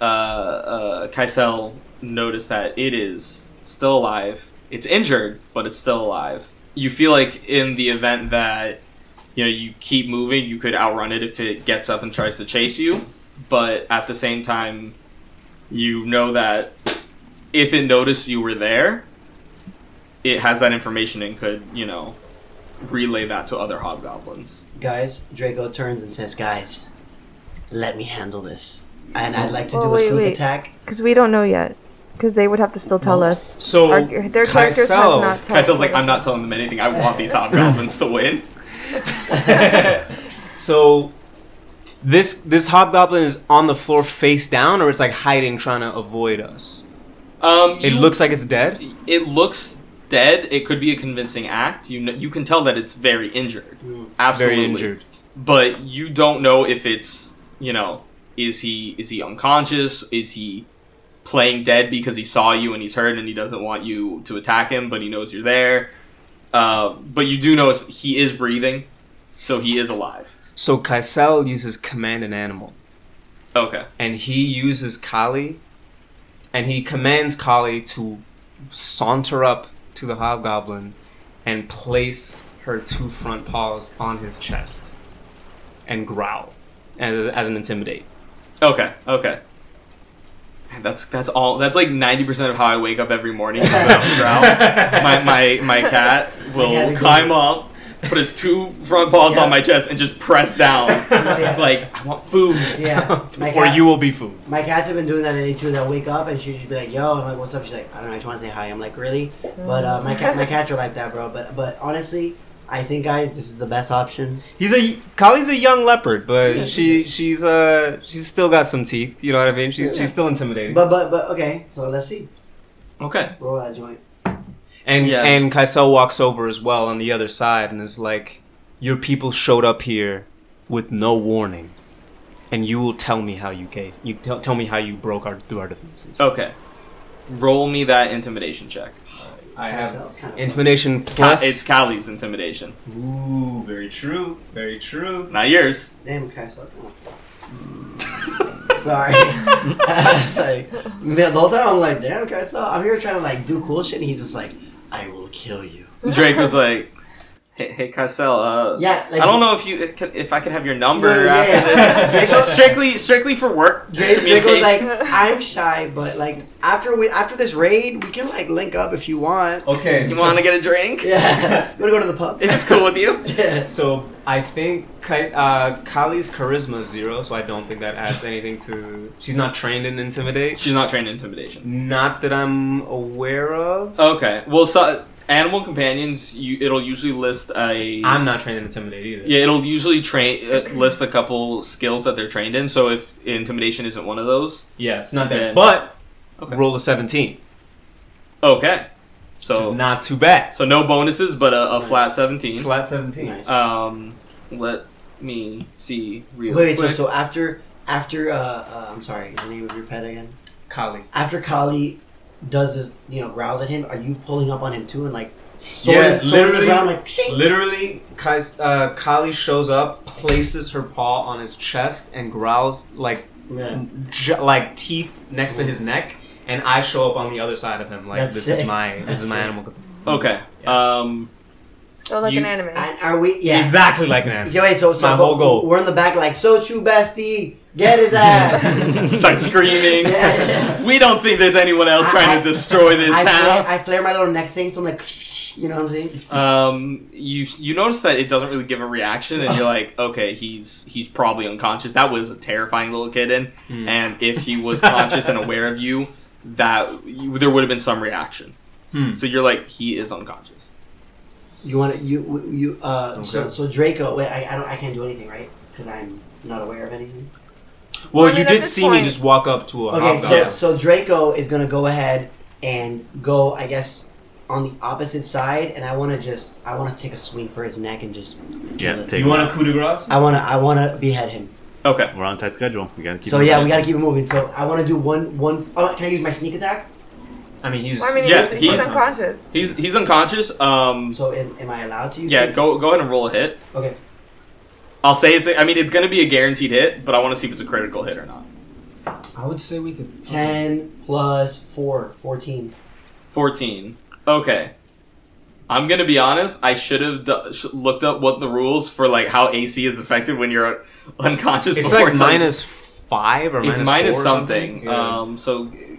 D: uh, uh, Kaisel notice that it is still alive. It's injured, but it's still alive. You feel like in the event that you know you keep moving, you could outrun it if it gets up and tries to chase you. But at the same time, you know that if it noticed you were there, it has that information and could you know relay that to other hobgoblins.
C: guys, Draco turns and says, "Guys, let me handle this." And I'd like to
B: Oh,
C: do a
B: wait,
C: sneak
B: wait.
C: attack.
B: Because we don't know yet. Because they would have to still tell us.
A: So,
B: their
A: Kaisel-
B: characters have not told
D: Kaisel's like, I'm not telling them anything. I want these hobgoblins to win.
A: So this this hobgoblin is on the floor face down, or it's like hiding, trying to avoid us.
D: Um,
A: It
D: you-
A: looks like it's dead.
D: it looks dead. It could be a convincing act. You know, you can tell that it's very injured. Absolutely
A: Very injured.
D: But you don't know if it's you know is he is he unconscious? Is he playing dead because he saw you and he's hurt and he doesn't want you to attack him, but he knows you're there. Uh, but you do know it's, he is breathing, so he is alive.
A: So Kaisel uses command an animal,
D: Okay.
A: and he uses Kali, and he commands Kali to saunter up to the hobgoblin and place her two front paws on his chest and growl as, as an intimidate.
D: Okay, okay. Man, That's that's all. That's like ninety percent of how I wake up every morning. is that growl. My my my cat
C: Yeah,
D: will
C: we
D: climb
C: do.
D: up, put his two front paws
C: Yeah. Oh,
D: on my chest, and just press down.
C: yeah.
D: Like I want food.
C: Yeah, my
A: or
C: cat-
A: you will be food.
C: My cats have been doing that lately too. They'll wake up and she'll just be like, "Yo," I'm like, "What's up?" She's like, "I don't know. I just want to say hi." I'm like, "Really?" But uh, my cat, my cats are like that, bro. But but honestly, I think guys, this is the best option.
A: He's a Kali's a young leopard,
D: Yeah.
A: but she she's uh she's still got some teeth. You know what I mean? She's she's still intimidating.
C: But but but okay, so let's see.
D: Okay.
C: Roll that joint.
A: and
D: Yeah.
A: and Kaisel walks over as well on the other side and is like, "Your people showed up here with no warning, and you will tell me how you gave you tell, tell me how you broke our through our defenses."
D: Okay. Roll me that intimidation check.
A: I
C: Kaisel's kind of-
A: intimidation
D: Ca-
A: plus.
D: It's Callie's intimidation.
A: Ooh, very true, very true.
D: It's not yours.
C: Damn, Kaisel. come on. Sorry. it's like, man, the whole time I'm like, damn, Kaisel. I'm here trying to like do cool shit, and he's just like, I will kill you.
D: Drake was like, "Hey, hey, Cassel, uh,
C: Yeah, like,
D: I don't know if you it could- if I could have your number
C: Yeah, yeah,
D: after
C: yeah.
D: this.
C: Draco-
D: So strictly strictly for work.
C: Drake, Drake was
D: communication.
C: like, I'm shy, but like after we after this raid, we can like link up if you want.
A: Okay,
D: you
A: so-
D: want to get a drink?
C: Yeah, you wanna go to the pub?
D: If it's cool with you.
C: Yeah.
A: So I think Ki- uh, Kali's charisma is zero, so I don't think that adds anything to. She's not trained in intimidate.
D: She's not trained in intimidation.
A: Not that I'm aware of.
D: Okay. Well, so animal companions, you it'll usually list a
A: I'm not trained in intimidate either.
D: yeah, it'll usually train uh, list a couple skills that they're trained in. So if intimidation isn't one of those,
A: Yeah, it's not there.
D: Yeah.
A: But
D: Okay.
A: roll a 17.
D: okay.
A: which
D: So
A: is not too bad.
D: so no bonuses, but a, a flat seventeen.
A: Flat 17.
C: Nice.
D: Um, let me see real
C: Wait, wait, so,
D: quick.
C: so after after uh, uh I'm sorry, the name of your pet again.
A: Kali.
C: After Kali does this, you know, growls at him, are you pulling up on him too and like sword,
A: Yeah,
C: sword in the
A: literally-
C: ground like shing?
A: Literally, Kai's, uh, Kali shows up, places her paw on his chest, and growls like Mm.
C: Yeah.
A: j- like teeth next to his neck, and I show up on the other side of him. Like
C: That's
A: this is
C: sick.
A: my this
C: That's
A: is my
C: sick.
A: animal.
D: okay. Um,
B: So, like
D: You-
B: an anime.
C: And are we yeah.
A: Exactly like an animal.
C: Yeah, wait, so,
A: It's
C: so
A: my whole goal.
C: we're in the back like so true bestie, get his ass.
D: start screaming.
C: Yeah, yeah.
D: We don't think there's anyone else trying to destroy this
C: I
D: town.
C: flare, I flare my little neck thing, so I'm like you know what I'm saying?
D: Um, you you notice that it doesn't really give a reaction, and you're like, okay, he's he's probably unconscious. That was a terrifying little kitten, and if he was conscious and aware of you, that you, there would have been some reaction.
A: Hmm.
D: So you're like, he is unconscious.
C: You want to you you uh so,
A: Okay.
C: so Draco wait I, I don't I can't do anything right because I'm not aware of anything.
A: Well,
B: I mean,
A: you
B: at
A: did
B: this
A: see me
B: point-
A: just walk up to a
C: Okay, so
A: hobgoblin.
C: so Draco is gonna go ahead and go I guess on the opposite side, and I want to just I want to take a swing for his neck and just kill
E: Yeah,
C: it.
E: take
A: you want
E: it.
A: a coup de grace?
C: I want to I want to behead him.
D: Okay.
E: We're on a tight schedule. We gotta keep.
C: so
E: it
C: yeah,
E: moving.
C: we gotta keep it moving. So I want to do one one. Oh, can I use my sneak attack?
A: I mean, he's.
B: I mean,
D: Yeah,
B: he's, he's
D: he's-
B: unconscious.
D: He's he's unconscious. Um.
C: So am, am I allowed to use?
D: Yeah.
C: sneak-
D: Go go ahead and roll a hit.
C: Okay.
D: I'll say it's. A, I mean, it's gonna be a guaranteed hit, but I want to see if it's a critical hit or not.
A: I would say we could.
C: Ten plus four, 14.
D: 14. Okay. I'm gonna be honest. I should have d- sh- looked up what the rules for like how AC is affected when you're unconscious.
A: It's
D: before
A: like
D: time-
A: minus five or
D: It's
A: minus
D: minus
A: four or
D: something.
A: Yeah.
D: Um. So, g-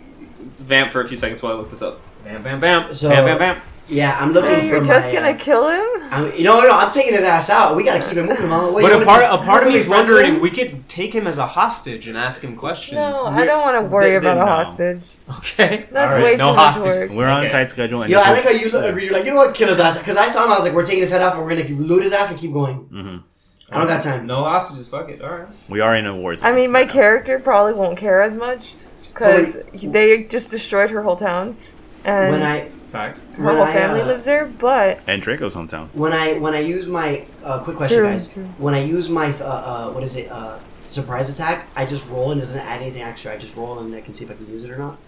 D: vamp for a few seconds while I look this up.
A: bam, bam, bam.
C: So-
A: bam, bam, bam.
C: Yeah, I'm
B: So
C: looking for
B: you're
C: my.
B: just
C: uh,
B: gonna kill him?
C: I'm, no, no, I'm taking his ass out. We gotta keep it moving, mama. What,
A: But
C: you wanna
A: a part,
C: do?
A: a part of me is
C: Fuck
A: wondering,
C: him?
A: we could take him as a hostage and ask him questions.
B: No, I don't want to worry
A: They- they
B: about a
A: know.
B: hostage.
A: Okay.
B: That's
A: All right,
B: way
A: no
B: too much
A: hostages.
B: work.
E: We're on a
A: Okay.
E: tight schedule. And
C: Yo, I like how you look, you're like, you know what, kill his ass. Because I saw him, I was like, we're taking his head off and we're gonna loot his ass and keep going.
E: hmm
A: Mm-hmm.
C: I don't got time.
A: No hostages. Fuck it. All right.
E: We are in a war zone.
B: I mean, my
E: right now.
B: character probably won't care as much because they just destroyed her whole town, and
C: When I
A: Facts.
B: her
C: when
B: whole
C: I,
B: family
C: uh,
B: lives there. But
E: And Draco's hometown.
C: when I when I use my uh, quick question,
B: True,
C: guys.
B: true.
C: When I use my uh, uh, what is it uh, surprise attack, I just roll and it doesn't add anything extra. I just roll and I can see if I can use it or not.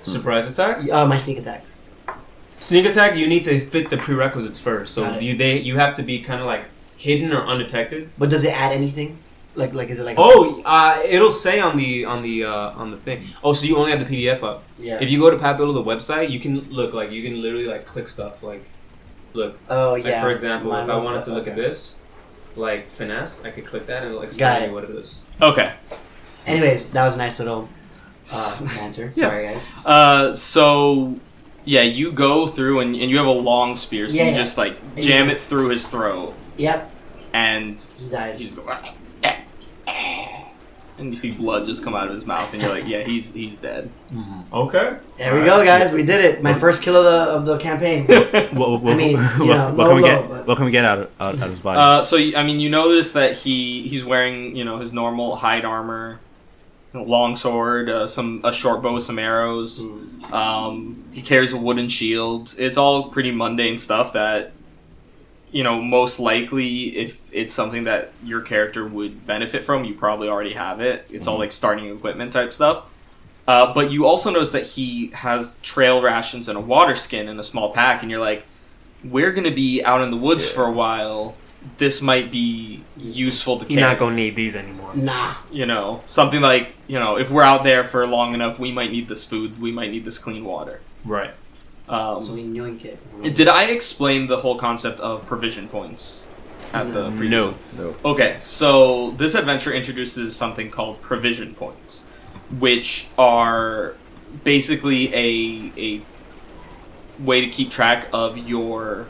A: Surprise attack.
C: Uh, my sneak attack.
A: Sneak attack. You need to fit the prerequisites first. So
C: Got it.
A: you they you have to be kind of like hidden or undetected.
C: But does it add anything? Like like is it like
A: Oh, uh, it'll say on the on the uh, on the thing. Oh, so you only have the PDF up.
C: yeah.
A: If you go to Pat Biddle, the website, you can look like you can literally like click stuff. Like, look.
C: oh
A: Like
C: yeah.
A: for example,
C: Mine
A: if I
C: was-
A: wanted to look at
C: okay.
A: this, like finesse, I could click that and it'll
C: Got
A: explain
C: it.
A: me what it is.
D: Okay.
C: Anyways, that was a nice little
A: Ah.
C: uh, answer. Sorry guys.
D: Uh. So. Yeah, you go through and, and you have a long spear, so
C: Yeah,
D: you
C: yeah.
D: just like
C: Yeah.
D: jam it through his throat,
C: Yep,
D: and
C: he dies.
D: He's going, "Ah, ah, ah," and you see blood just come out of his mouth, and you're like, yeah, he's he's dead.
A: Okay.
C: there we go, guys. We did it. My first kill of the of the campaign.
E: What, what, what,
C: I mean, you
E: what-
C: know,
E: what can we
C: low,
E: get?
C: low, but-
E: What can we get out of, out, out of his body?
D: Uh, so you- I mean, you notice that he he's wearing you know his normal hide armor, you know, long sword, uh, some a short bow, with some arrows.
C: Mm.
D: Um, he carries a wooden shield. It's all pretty mundane stuff that you know most likely if it's something that your character would benefit from you probably already have it it's
A: Mm-hmm.
D: all like starting equipment type stuff uh, but you also notice that he has trail rations and a water skin in a small pack and you're like we're gonna be out in the woods for a while this might be useful to
A: You're
D: carry
A: not gonna need these anymore.
C: Nah.
D: you know something like you know if we're out there for long enough we might need this food we might need this clean water
A: Right.
D: um,
C: So we yoink it.
D: did I explain the whole concept of provision points at the previous?
A: No.
E: No.
D: Okay, so this adventure introduces something called provision points, which are basically a a way to keep track of your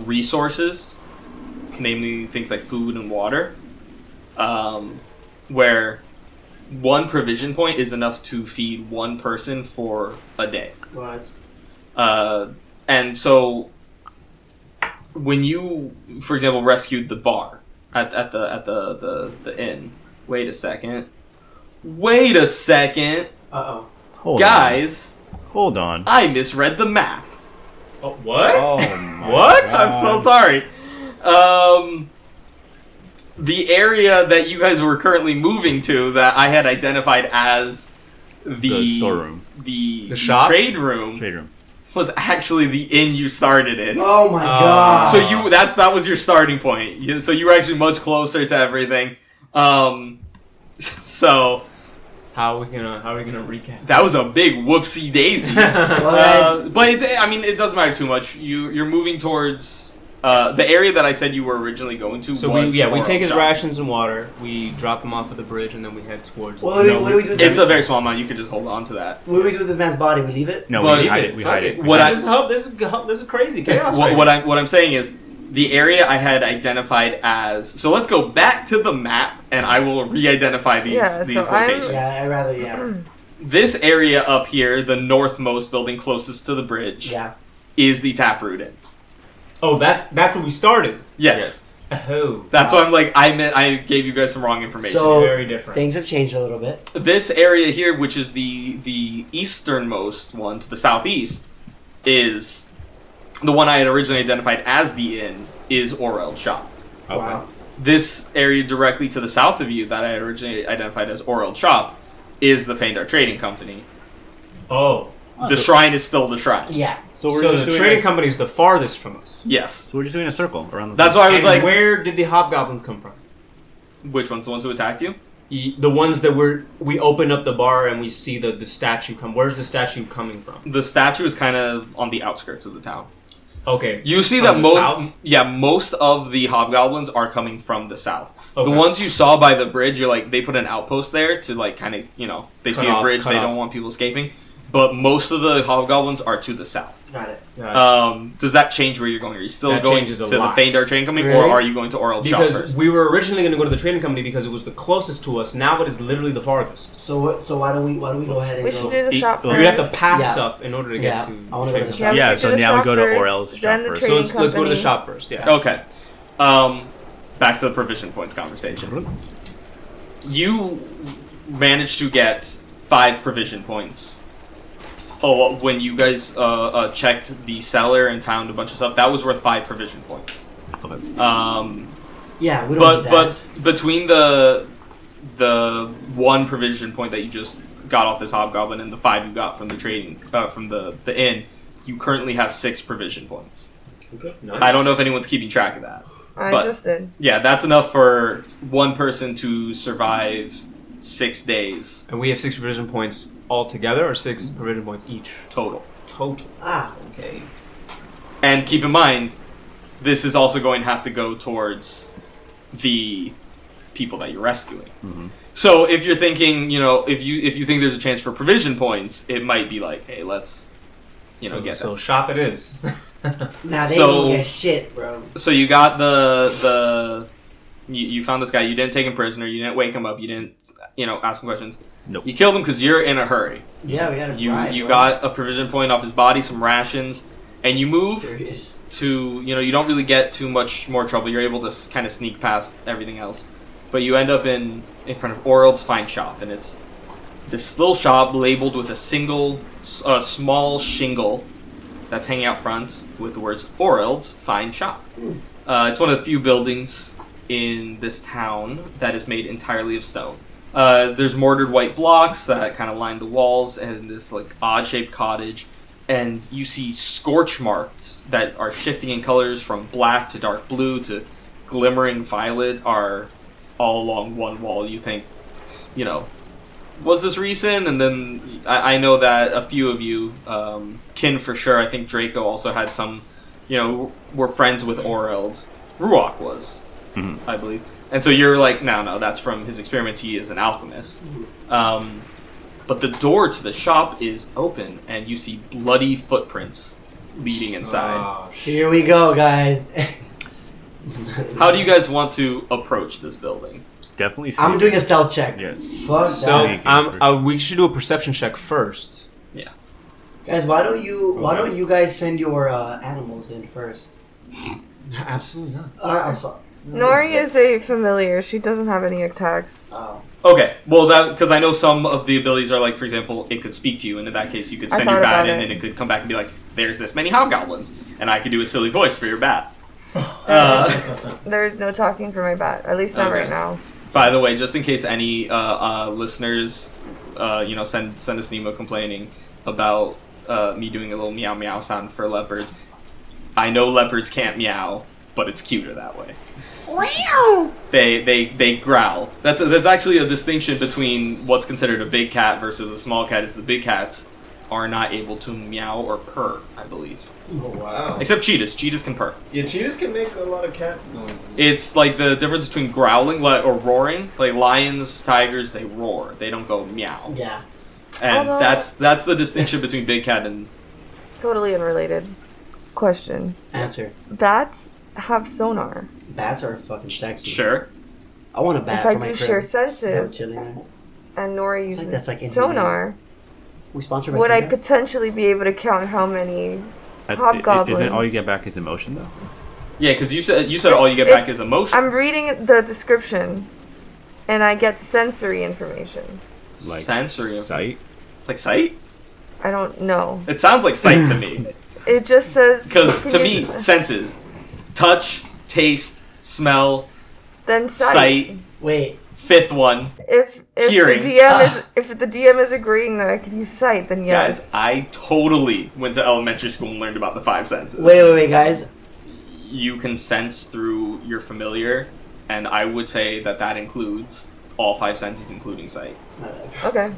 D: resources, namely things like food and water, um, where one provision point is enough to feed one person for a day.
C: What?
D: Uh, and so when you, for example, rescued the bar at, at the at the, the the inn. Wait a second. Wait a second,
C: Uh oh.
E: hold
D: guys!
E: on. hold on.
D: I misread the map.
A: Oh, what?
E: my
D: What?
E: God.
D: I'm so sorry. Um, the area that you guys were currently moving to that I had identified as the,
E: The storeroom,
D: the,
A: The shop?
D: trade room,
E: trade room.
D: was actually the inn you started in.
C: Oh my
A: Uh,
C: god.
D: so you that's that was your starting point You- so you were actually much closer to everything um so
A: How are we gonna How are we gonna recap?
D: that was a big whoopsie daisy
C: What?
D: uh, but it, i mean it doesn't matter too much you you're moving towards uh, the area that I said you were originally going to.
A: so we
D: was
A: yeah we
D: Toro
A: take his
D: Shop.
A: rations and water. We drop them off at the bridge and then we head towards.
C: What do we- what do we do
D: It's a very small amount. You could just hold on to that.
C: What do we do with this man's body? We leave it?
E: No,
D: But-
E: we
A: Leave
E: hide
A: it.
E: it. We
A: fuck
E: hide
A: it.
E: it.
D: What I-
A: this is hub. This is hu- this is crazy chaos.
D: What,
A: right
D: what
A: now.
D: I what I'm saying is the area I had identified as. So let's go back to the map, and I will re-identify these
B: Yeah, so
D: these
B: I'm-
D: locations.
C: Yeah, I'd rather, yeah.
D: This area up here, the northmost building closest to the bridge,
C: Yeah.
D: is the taproot inn.
A: Oh, that's that's where we started.
D: Yes.
A: Oh,
D: That's why I'm like I meant I gave you guys some wrong information.
C: So-
A: very different.
C: Things have changed a little bit.
D: this area here, which is the the easternmost one to the southeast, is the one I had originally identified as the inn is Orel Shop.
E: Okay.
C: Wow.
D: This area directly to the south of you that I had originally identified as Orel Shop is the Feindar Trading Company.
A: Oh.
D: The shrine is still the shrine.
C: Yeah.
E: So we're
A: so
E: just
A: the
E: doing
A: trading
E: a-
A: company is the farthest from us.
D: Yes.
E: So we're just doing a circle around the.
D: That's why I was
A: and
D: like,
A: where did the hobgoblins come from?
D: which one's the ones who attacked you?
A: Y- The ones that were we open up the bar and we see the the statue come. Where's the statue coming from?
D: The statue is kind of on the outskirts of the town.
A: Okay.
D: You see
A: From
D: that
A: the
D: most,
A: south?
D: yeah, most of the hobgoblins are coming from the south.
A: Okay.
D: The ones you saw by the bridge, you're like they put an outpost there to like kind of you know they
A: Cut
D: see
A: off-
D: a bridge,
A: cut
D: they
A: off.
D: don't want people escaping. But most of the hobgoblins are to the south.
C: Got it.
A: Uh,
D: Um, does that change where you're going? Are you still
A: That
D: going to
A: changes a
D: the
A: lot.
D: Feindar train company,
C: Really?
D: or are you going to Oral Shop
A: because
D: first?
A: we were originally going to go to the trading company because it was the closest to us. Now it is literally the farthest.
C: So what? So why don't we? Why don't we go ahead and
B: We
C: go?
B: should do the
E: Eat-
B: shop
E: we
A: We
B: first.
A: would have to pass
C: Yeah.
A: stuff in order to get
C: Yeah, I
A: to
C: wanna
A: the
C: go to
A: trading
C: the
A: company.
B: Yeah, we
E: Yeah,
B: should
E: so
B: do the
E: now we
B: shop
E: go to
B: first,
E: Orel's
B: then
E: shop
B: the
E: first.
A: So
B: trading
A: let's, let's go to the
B: company.
A: shop first. Yeah.
D: Okay. Um, back to the provision points conversation. You managed to get five provision points. Oh, when you guys uh, uh, checked the cellar and found a bunch of stuff, that was worth five provision points.
E: Okay.
D: Um,
C: Yeah, we don't
D: but
C: need
D: but
C: that.
D: between the the one provision point that you just got off this hobgoblin and the five you got from the trading uh, from the the inn, you currently have six provision points.
A: Nice.
D: I don't know if anyone's keeping track of that.
B: I
D: but-
B: just did.
D: Yeah, that's enough for one person to survive six days
A: And we have six provision points altogether, or six provision points each
D: total.
A: total.
C: ah,
A: Okay.
D: And keep in mind, this is also going to have to go towards the people that you're rescuing.
A: Mm-hmm.
E: Mhm.
D: So if you're thinking, you know, if you if you think there's a chance for provision points, it might be like, hey, let's, you know,
A: so,
D: get
A: so
D: so.
A: shop it is.
C: now they
D: So-
C: don't get shit, bro.
D: So you got the the. You, you found this guy. You didn't take him prisoner. You didn't wake him up. You didn't, you know, ask him questions.
E: Nope.
D: You killed him because you're in a hurry.
C: Yeah, we gotta.
D: You
C: ride,
D: you
C: bro.
D: got a provision point off his body, some rations, and you move
C: Period.
D: to you know you don't really get too much more trouble. You're able to kind of sneak past everything else, but you end up in in front of Orald's Fine Shop, and it's this little shop labeled with a single s- uh, small shingle that's hanging out front with the words Orald's Fine Shop. Uh, it's one of the few buildings in this town that is made entirely of stone. Uh, there's mortared white blocks that kind of line the walls, and this like odd-shaped cottage, and you see scorch marks that are shifting in colors from black to dark blue to glimmering violet are all along one wall. You think, you know, was this recent? And then I, I know that a few of you, um, Kin for sure. I think Draco also had some. You know, were friends with Oreld. Ruach was,
E: Mhm.
D: I believe. And so you're like, no, no, that's from his experiments. He is an alchemist. Um, but the door to the shop is open, and you see bloody footprints leading inside.
A: Oh, shit.
C: Here we go, guys.
D: How do you guys want to approach this building?
E: Definitely.
C: I'm
E: sneak.
C: doing a stealth check.
E: Yes.
C: Fuck
A: So
C: that.
E: Sneaky
A: um,
E: first.
A: uh, we should do a perception check first.
C: guys, why don't you? Why
A: Okay.
C: don't you guys send your uh, animals in first?
A: Absolutely not.
C: Uh, I'm sorry.
B: Nori is a familiar. She doesn't have any attacks.
C: Oh,
D: Okay, well, that because I know some of the abilities are like, for example, it could speak to you, and in that case, you could
B: I
D: send your
B: thought
D: bat
B: about
D: in,
B: it.
D: and it could come back and be like, "There's this many hobgoblins," and I could do a silly voice for your bat. Uh,
B: There is no talking for my bat. At least not
D: Okay.
B: right now.
D: By the way, just in case any uh, uh, listeners, uh, you know, send send us an email complaining about uh, me doing a little meow meow sound for leopards. I know leopards can't meow, but it's cuter that way. They they they growl. That's that's actually a distinction between what's considered a big cat versus a small cat. Is the big cats are not able to meow or purr, I believe,
C: oh wow.
D: except cheetahs. Cheetahs can purr.
A: Yeah, cheetahs can make a lot of cat noises.
D: It's like the difference between growling like, or roaring. Like lions, tigers, they roar. They don't go meow.
C: Yeah.
D: And
B: Although-
D: that's that's the distinction between big cat and
B: Totally unrelated. Question.
C: Answer.
B: Bats have sonar.
C: Bats are fucking sexy.
D: sure.
C: I want a bat
B: if I
C: for my
B: do
C: crib.
B: share
C: So
B: senses
C: chilly, man.
B: and Nori
C: I think
B: uses
C: that's like Indiana.
B: sonar,
C: We sponsor by
B: would I
C: Kenya?
B: potentially be able to count how many?
E: I- i-
B: Hobgoblin.
E: Isn't all you get back is emotion though?
D: Yeah, because you said you said all you get
B: It's-
D: back is emotion.
B: I'm reading the description, and I get sensory information.
E: Like
D: sensory,
E: sight.
D: like sight.
B: I don't know.
D: It sounds like sight to me.
B: It just says
D: Because to me,
B: condition-
D: senses, touch, taste, smell,
B: then sight.
D: sight.
C: Wait.
D: Fifth one,
B: If if
D: Hearing.
B: the DM
C: Ah.
B: is if the DM is agreeing that I could use sight, then
D: guys.
B: yes.
D: I totally went to elementary school and learned about the five senses.
C: Wait, wait, wait, guys.
D: You can sense through your familiar, and I would say that that includes all five senses, including sight.
B: okay.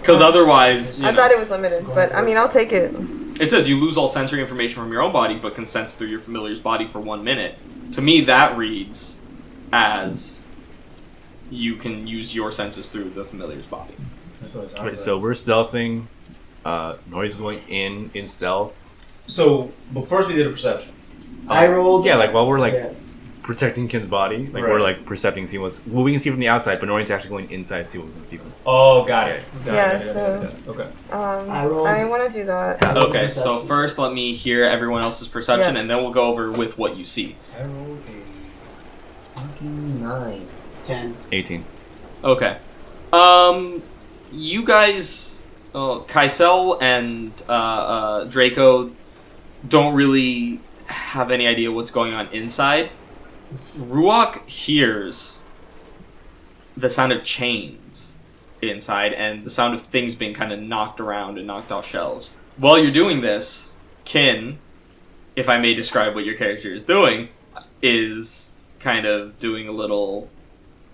D: Because otherwise, you
B: I
D: know,
B: thought it was limited, but I mean, I'll take it. Um,
D: It says you lose all sensory information from your own body, but can sense through your familiar's body for one minute. To me, that reads as you can use your senses through the familiar's body.
E: Wait, so we're stealthing. Uh, Nori's going in in stealth.
A: So, but first we did a perception.
C: I rolled.
E: Yeah, like while we're like
C: Yeah.
E: protecting Kin's body, like
A: Right.
E: we're like percepting, seeing what's what we can see from the outside, but Nori's actually going inside to see what we can see from.
A: Oh, got it. Got it, got
B: Yeah,
A: it, got it,
B: so-
A: got it, got it. Okay.
B: Um,
C: I
B: I,
C: rolled-
B: want to do that.
C: I rolled
D: Okay, so
C: perception.
D: first let me hear everyone else's perception,
B: Yeah.
D: and then we'll go over with what you see.
A: I rolled a fucking nine.
C: Ten.
E: Eighteen.
D: Okay. Um, you guys, uh, Kaisel and uh, uh, Draco, don't really have any idea what's going on inside. Ruok hears the sound of chains inside and the sound of things being kind of knocked around and knocked off shelves. While you're doing this, Kin, if I may describe what your character is doing, is kind of doing a little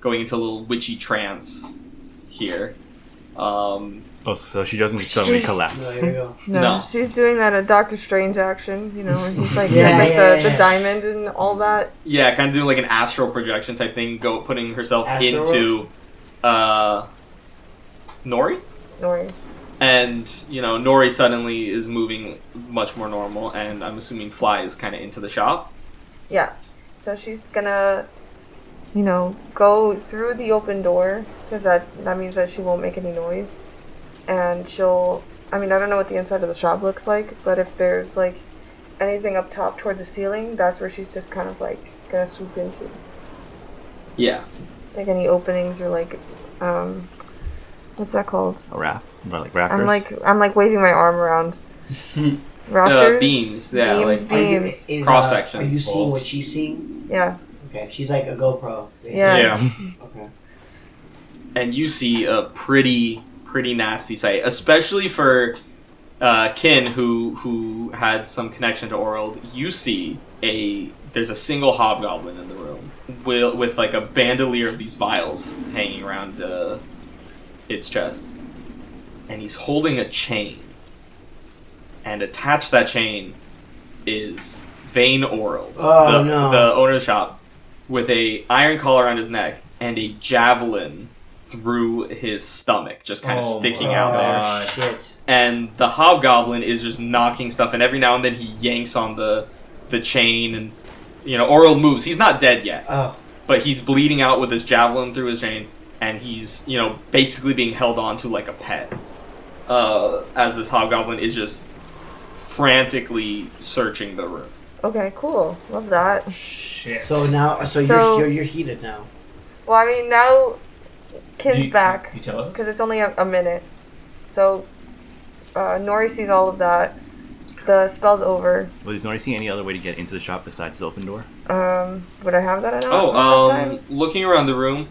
D: going into a little witchy trance here. Um,
E: Oh, so she doesn't suddenly collapse.
C: No, here we go.
B: No,
D: No.
B: she's doing that a Doctor Strange action, you know, when he's like,
C: Yeah,
B: yeah, like
C: yeah,
B: the,
C: yeah.
B: the diamond and all that.
D: yeah, kind of doing like an astral projection type thing, go putting herself
C: Astral
D: into uh, Nori,
B: Nori.
D: and you know Nori suddenly is moving much more normal, and I'm assuming Fly is kind of into the shop.
B: Yeah. So she's gonna, you know, go through the open door because that that means that she won't make any noise, and she'll. I mean, I don't know what the inside of the shop looks like, but if there's like anything up top toward the ceiling, that's where she's just kind of like gonna swoop into,
D: Yeah,
B: like any openings or like, um, what's that called?
E: A raft, or, like rafters.
B: I'm like I'm like waving my arm around. Rafters,
D: Uh, beams, yeah,
B: beams,
D: like-
C: Are you-
B: beams.
C: is,
D: Cross
C: uh,
D: section.
C: Are you seeing what she's seeing?
B: Yeah,
C: Okay, she's like a GoPro. basically.
B: Yeah.
C: Okay.
D: and you see a pretty pretty nasty sight, especially for uh, Kin, who who had some connection to Orald. You see a there's a single hobgoblin in the room with, with like a bandolier of these vials hanging around uh, its chest, and he's holding a chain, and attached to that chain is Vane Orald,
C: Oh,
D: the,
C: no.
D: the owner of the shop, with a iron collar around his neck and a javelin through his stomach, just kind of
A: Oh
D: sticking
A: my
D: out there
A: God.
C: Shit.
D: and the hobgoblin is just knocking stuff and every now and then he yanks on the the chain and you know oral moves he's not dead yet
C: Oh.
D: but he's bleeding out with his javelin through his chain and he's you know basically being held on to like a pet uh, as this hobgoblin is just frantically searching the room
B: Okay, cool. Love that.
A: Shit.
C: So now, so,
B: So-
C: you're, you're you're heated now.
B: Well, I mean now, Kin's
A: Do
B: back.
A: you,
B: 'Cause back
A: You tell us.
B: because it's only a, a minute. So, uh, Nori sees all of that. The spell's over.
E: Well, is Nori seeing any other way to get into the shop besides the open door?
B: Um, would I have that at
D: oh
B: all
D: um looking around the room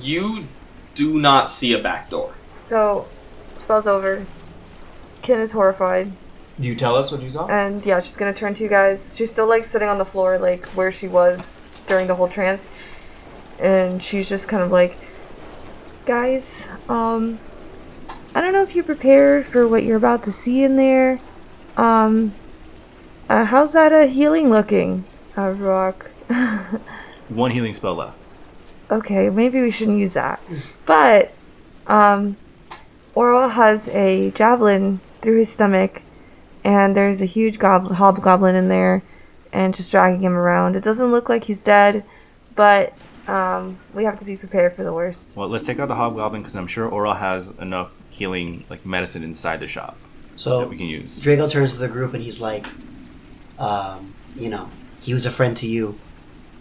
D: you do not see a back door
B: So, spell's over. Kin is horrified,
A: Do you tell us what you saw?
B: and yeah, she's gonna turn to you guys. She's still like sitting on the floor, like where she was during the whole trance, and she's just kind of like, guys, um, I don't know if you're prepared for what you're about to see in there. Um, uh, how's that uh, healing looking, uh, Rock?
E: One healing spell left.
B: okay, maybe we shouldn't use that. But um Oral has a javelin through his stomach and there's a huge goblin hobgoblin in there and just dragging him around. It doesn't look like he's dead, but um we have to be prepared for the worst.
E: Well, let's take out the hobgoblin because I'm sure Oral has enough healing like medicine inside the shop that
C: So
E: we can use.
C: Drago turns to the group and he's like, um, you know, he was a friend to you.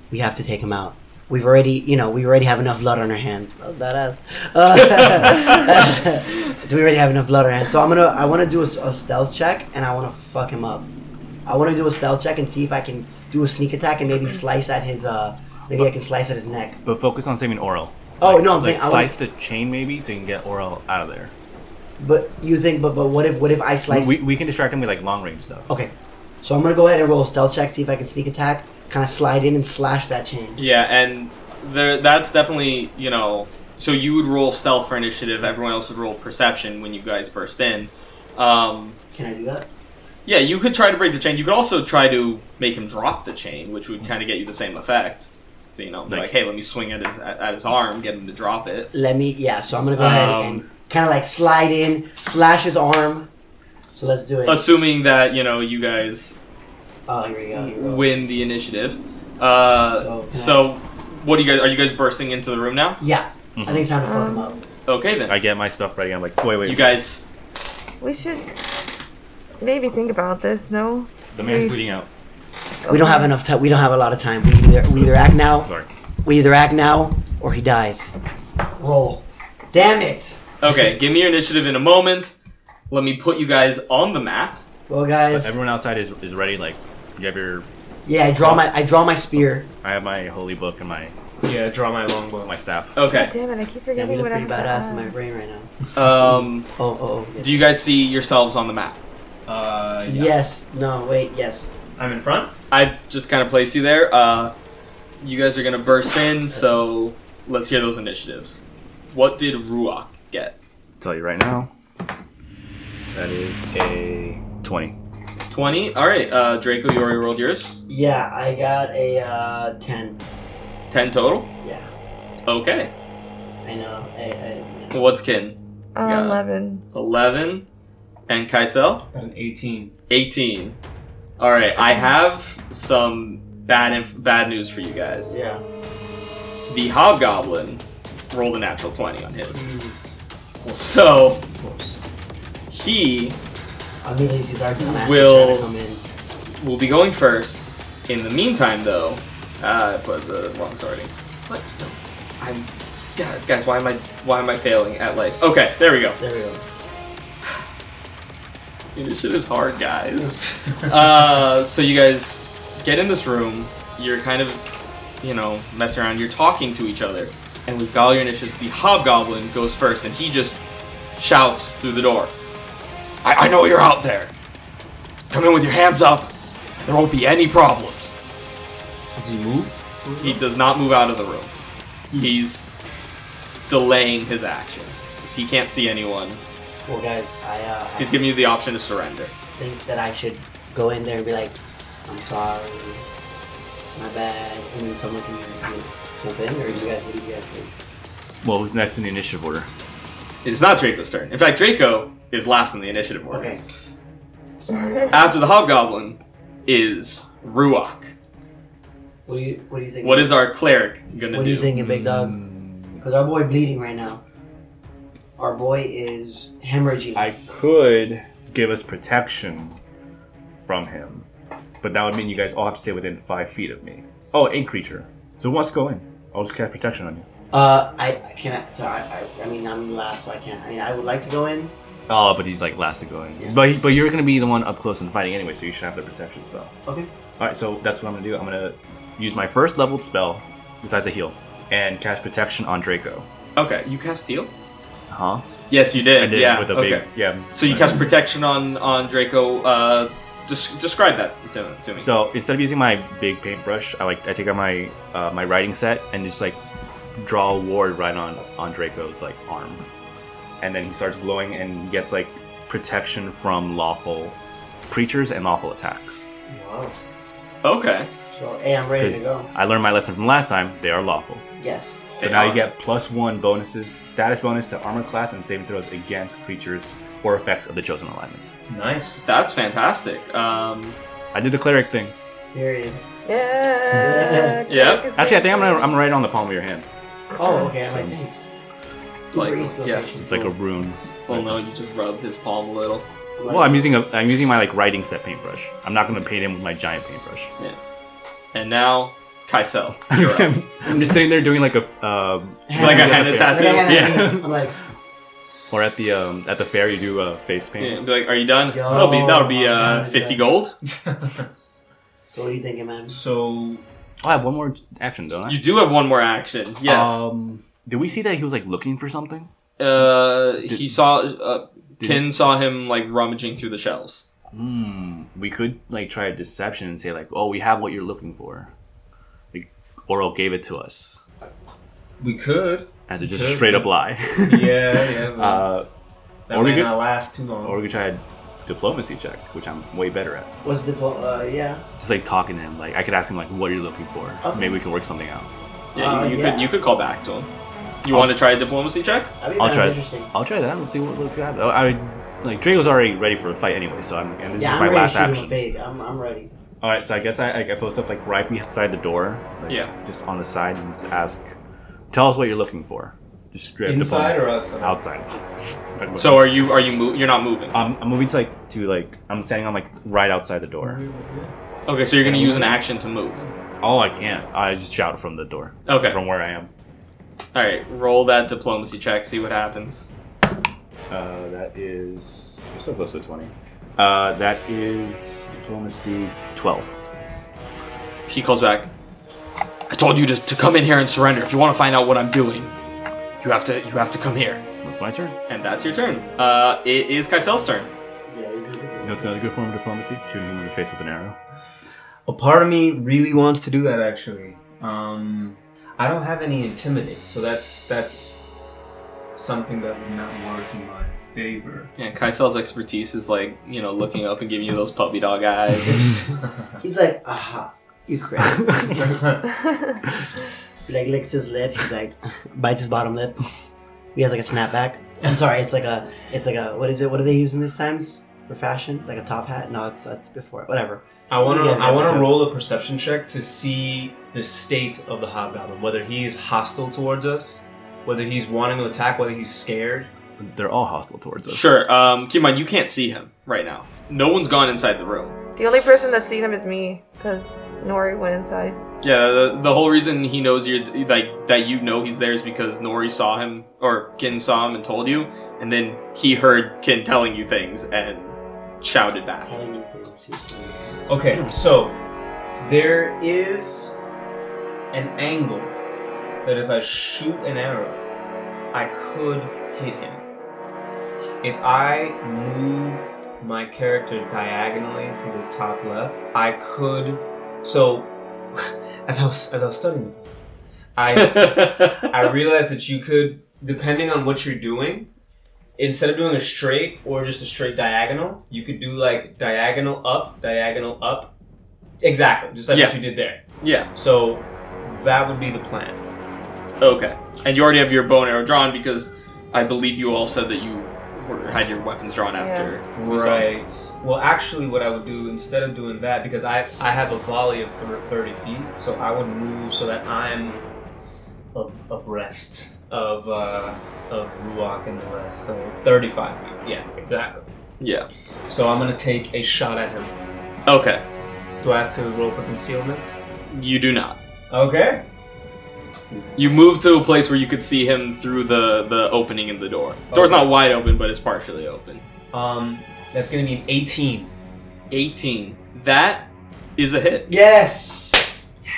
C: We have to take him out. We've already, you know, we already have enough blood on our hands. Oh, that ass. Uh, so we already have enough blood on our hands. So I'm gonna, I want to do a, s- a stealth check and I want to fuck him up. I want to do a stealth check and see if I can do a sneak attack and maybe slice at his. uh Maybe I can slice at his neck.
E: But focus on saving Oral.
C: Oh, no, I'm saying I
E: slice the chain maybe so you can get Oral out of there.
C: But you think, but but what if what if I slice?
E: We, we can distract him with like long range stuff.
C: okay, so I'm gonna go ahead and roll a stealth check, see if I can sneak attack, kind of slide in and slash that chain.
D: Yeah, and there that's definitely, you know, so you would roll stealth for initiative, everyone else would roll perception when you guys burst in. Um,
C: Can I do that?
D: yeah, you could try to break the chain. You could also try to make him drop the chain, which would kind of get you the same effect. So, you know,
E: Nice.
D: like, hey, let me swing at his at, at his arm, get him to drop it.
C: Let me. Yeah, so I'm gonna go ahead and
D: Um,
C: kind of like slide in, slash his arm. So let's do it.
D: Assuming that, you know, you guys
C: oh, here we go. Here we go.
D: win the initiative. Uh,
C: So
D: so,
C: can
D: what do you guys are you guys bursting into the room now?
C: Yeah,
E: Mhm.
C: I think it's time to fuck him up.
D: Okay then.
E: I get my stuff ready. I'm like, wait, wait.
D: you guys
B: We should maybe think about this. No,
E: the man's bleeding out.
C: We don't have enough time. We don't have a lot of time. We either we either act now.
E: Sorry.
C: We either act now or he dies. Roll. Damn it.
D: Okay, give me your initiative in a moment. Let me put you guys on the map.
C: Well,
E: But
C: guys.
E: everyone outside is, is ready. Like, you have your.
C: yeah, I
D: Oh.
C: draw my I draw my spear.
E: I have my holy book and my
A: Yeah, draw my longbow.
E: my staff.
D: Okay.
B: Damn it! I keep
C: Yeah, we
B: forgetting
C: look
B: what I
C: pretty
B: have
C: badass in my
B: to add.
C: brain right now.
D: Um,
C: Oh, oh, oh.
D: do you guys see yourselves on the map?
A: Uh, yeah.
C: Yes. No. Wait. Yes.
A: I'm in front.
D: I just kind of placed you there. Uh, you guys are gonna burst in, so let's hear those initiatives. What did Ruach get?
E: Tell you right now. That is a twenty.
D: Twenty. All right, uh, Draco, you already rolled yours.
C: Yeah, I got a uh, ten.
D: Ten total.
C: Yeah,
D: Okay.
C: I know. I, I,
D: What's Kin?
B: Uh,
D: Yeah.
B: Eleven.
D: Eleven, and Kaisel.
A: Got an 18.
D: 18. All right, I have some bad inf- bad news for you guys.
C: yeah.
D: The hobgoblin rolled a natural 20 on his. So
A: Of course.
D: he
C: Immediately sees our dumbass
D: Will-
C: trying to come in.
D: will be going first. In the meantime, though, uh, I put the wrong sorting. What? No. I'm. God, guys, why am I why am I failing at life? Okay, there we go.
C: There we go.
D: Initiative's hard, guys. uh, so you guys get in this room. You're kind of, you know, messing around. You're talking to each other, and with all your initiatives, the hobgoblin goes first, and he just shouts through the door. I, I know you're out there. Come in with your hands up. There won't be any problems.
A: Does he move?
D: He does not move out of the room. He's delaying his action. 'cause He can't see anyone.
C: Well, guys, I, uh, I
D: He's giving you the option to surrender.
C: think that I should go in there and be like, I'm sorry, my bad, and then someone can you know, jump in, or you guys, what do you guys think?
E: Well, who's next in the initiative order?
D: It is not Draco's turn. In fact, Draco is last in the initiative order.
C: Okay.
D: After the Hobgoblin is Ruach.
C: What do you What do you think?
D: What is our cleric gonna
C: What are
D: do? Hmm.
C: you thinking, big dog? Because our boy bleeding right now. Our boy is hemorrhaging.
E: I could give us protection from him, but that would mean you guys all have to stay within five feet of me. Oh, a creature. So who wants to go in? I'll just cast protection on you.
C: Uh, I I can't. Sorry, I, I mean I'm last, so I can't. I mean I would like to go in.
E: Oh, but he's like last to go in. But he, but you're gonna be the one up close and fighting anyway, so you should have the protection spell.
C: Okay.
E: All right, so that's what I'm gonna do. I'm gonna use my first leveled spell, besides a heal, and cast protection on Draco.
D: Okay, you cast heal?
E: Huh?
D: Yes, you did.
E: I did
D: Uh-huh. yeah.
E: with a big
D: okay.
E: yeah.
D: So you cast protection on on Draco. Uh, des- describe that to, to me.
E: So instead of using my big paintbrush, I like I take out my uh, my writing set and just like draw a ward right on on Draco's like arm, and then he starts glowing and he gets like protection from lawful creatures and lawful attacks.
C: Wow.
D: okay.
C: So hey, I'm ready to
E: Because
C: go.
E: I learned my lesson from last time; they are lawful.
C: Yes.
E: So
D: They
E: now
D: are.
E: you get plus one bonuses, status bonus to armor class and saving throws against creatures or effects of the chosen alignment.
A: Nice.
D: That's fantastic. Um,
E: I did the cleric thing.
C: Period.
B: Yeah.
D: Yeah.
E: Actually, I think I'm gonna, I'm gonna write it on the palm of your hand.
C: Oh, okay. I'm like thanks.
D: it's like,
C: Great
D: yeah.
C: location.
E: It's like a rune.
D: Well, no, you just rub his palm a little.
E: Well, I'm using a I'm using my like writing set paintbrush. I'm not gonna paint him with my giant paintbrush.
D: And now, Kaisel, you're up.
E: I'm just sitting there doing like a um,
D: like a hand
E: Yeah.
C: Like, I
D: tattoo.
C: had a
E: Yeah.
C: hand. I'm like.
E: Or at the um, at the fair, you do uh, face
D: Yeah,
E: paint.
D: be like, are you done?
C: Yo,
D: that'll be that'll be
C: my
D: uh,
C: God,
D: fifty
C: yeah.
D: gold.
C: So what are you thinking, man?
A: So
E: Oh, I have one more action, don't I?
D: You do have one more action. Yes.
E: Um, did we see that he was like looking for something?
D: uh, he saw uh,
E: did-
D: Kin saw him like rummaging through the shelves.
E: Hmm. We could like try a deception and say like, "Oh, we have what you're looking for." Like, Oral gave it to us
A: we could.
E: as a just
A: Okay.
E: straight up lie.
A: Yeah, yeah. But
E: uh,
A: that
E: or we
A: might
E: could-
A: not last too long.
E: or we could try a diplomacy check, which I'm way better at.
C: What's the pl- uh, yeah?
E: Just like talking to him, like I could ask him like, "What are you looking for?"
C: Okay.
E: Maybe we can work something out.
D: Yeah,
C: Uh,
D: you, you
C: yeah.
D: could you could call back to him. You want to try a diplomacy check?
C: That'd be
E: I'll
C: kind
E: try
C: of
E: it.
C: interesting.
E: I'll try that. Let's see what let's happen. Oh, I like Drago's already ready for a fight anyway, so I'm and this
C: yeah,
E: is
C: I'm
E: my
C: ready
E: last
C: to shoot him a
E: action.
C: fade. I'm, I'm ready.
E: All right, so I guess I like, I post up like right beside the door. Like,
D: Yeah.
E: Just on the side and just ask, tell us what you're looking for. Just straight up
A: Inside or
E: diplomacy.
A: outside?
E: Outside.
D: So are you are you move? You're not moving.
E: I'm, I'm moving to like to like I'm standing on like right outside the door.
C: Mm-hmm.
D: Okay, so you're gonna use an action to move.
E: Oh, I can't. I just shout from the door.
D: Okay.
E: From where I am.
D: All right, roll that diplomacy check. See what happens.
E: Uh, that is I'm so close to twenty. Uh, that is diplomacy twelve.
D: He calls back. I told you to, to come in here and surrender. If you want to find out what I'm doing, you have to you have to come here.
E: That's my turn.
D: And that's your turn. Uh, it is Kaisel's turn.
C: Yeah, you can do
E: You know, it's another good form of diplomacy. Shooting him in the face with an arrow.
A: A part of me really wants to do that actually. Um, I don't have any intimidate, so that's that's something that would not work in my favor.
D: Yeah, Kaisel's expertise is like you know looking up and giving you those puppy dog eyes.
C: it. He's like, aha, you crap. Oh, He like licks his lip. He's like bites his bottom lip. He has like a snapback. I'm sorry. It's like a. It's like a. What is it? What are they using these times for fashion? Like a top hat? No, it's that's before. it. Whatever.
A: I want to
C: Yeah,
A: I want
C: yeah.
A: to roll a perception check to see the state of the hobgoblin, whether he is hostile towards us, whether he's wanting to attack, whether he's scared.
E: They're all hostile towards us.
D: sure. Um, keep in mind you can't see him right now. No one's gone inside the room.
B: The only person that's seen him is me, because Nori went inside.
D: Yeah, the, the whole reason he knows you're like that you know he's there is because Nori saw him or Kin saw him and told you, and then he heard Kin telling you things and shouted back.
C: Telling you things. He's telling you.
A: Okay,
C: Hmm.
A: so there is an angle that if I shoot an arrow, I could hit him. If I move my character diagonally to the top left, I could. So, as I was as I was studying, I I realized that you could, depending on what you're doing, instead of doing a straight or just a straight diagonal, you could do like diagonal up, diagonal up. Exactly, just like
D: Yeah.
A: what you did there.
D: yeah.
A: So that would be the plan.
D: Okay. And you already have your bow and arrow drawn because I believe you all said that you were, had your weapons drawn after. you saw him.
A: Well, actually, what I would do instead of doing that, because I I have a volley of thir- 30 feet, so I would move so that I'm ab- abreast of uh, of Ruak and the rest. So 35 feet. Yeah, exactly.
D: Yeah.
A: So I'm gonna take a shot at him.
D: Okay.
A: Do I have to roll for concealment?
D: You do not.
A: Okay.
D: You move to a place where you could see him through the the opening in the door. Door's
A: Okay.
D: not wide open, but it's partially open.
A: Um, that's gonna be an 18.
D: 18. That is a hit.
A: Yes.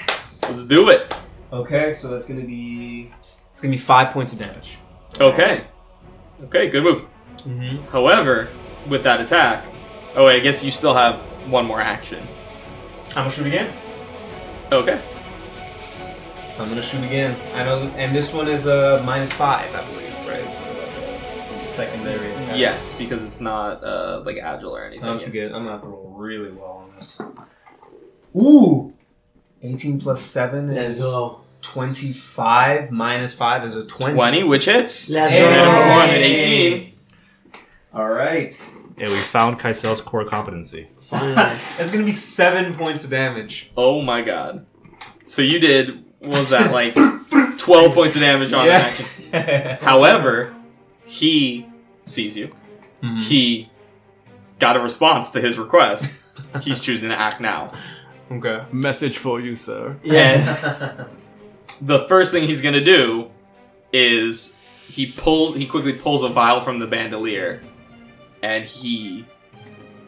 D: Let's do it.
A: Okay, so that's gonna be it's gonna be five points of damage.
D: Okay. Okay, good move.
A: Mm-hmm.
D: However, with that attack, oh wait, I guess you still have one more action.
A: I'm gonna shoot again.
D: Okay.
A: I'm gonna shoot again. I know, th- and this one is uh minus five, I believe, right? For, uh, Secondary attack.
D: Yes, because it's not uh, like agile or
A: So I'm gonna, have to
D: anything.
A: get, I'm gonna have to roll really well on this. Ooh. 18 plus seven
C: Let's
A: is
C: go.
A: 25. Minus five is a 20.
D: Twenty, which hits.
C: Let's
D: Hey. Minimum one
C: go.
D: and 18.
A: All right.
F: And we found Kaisel's core competency.
C: Finally.
A: That's gonna be seven points of damage.
D: Oh my god. So you did what was that like twelve points of damage on an action. However, he sees you.
A: Mhm.
D: He got a response to his request. He's choosing to act now.
A: okay.
E: Message for you, sir.
D: And the first thing he's gonna do is he pulls he quickly pulls a vial from the bandolier and he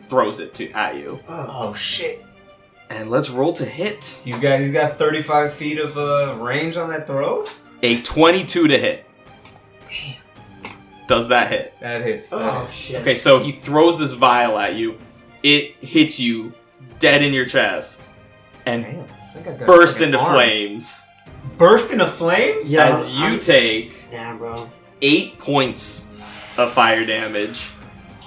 D: throws it to at you.
A: Oh shit!
D: And let's roll to hit.
A: He's got he's got 35 feet of uh, range on that throw.
D: A 22 to hit. Damn. Does that hit?
A: That hits. that
C: Oh
A: hits.
C: shit.
D: Okay, so he throws this vial at you. It hits you dead in your chest and
A: Damn. That guy's got a
D: bursts
A: fucking
D: into
A: arm.
D: flames
A: Burst into flames.
C: Yeah.
D: as you
C: I'm-
D: take
C: Damn, bro.
D: 8 points of fire damage.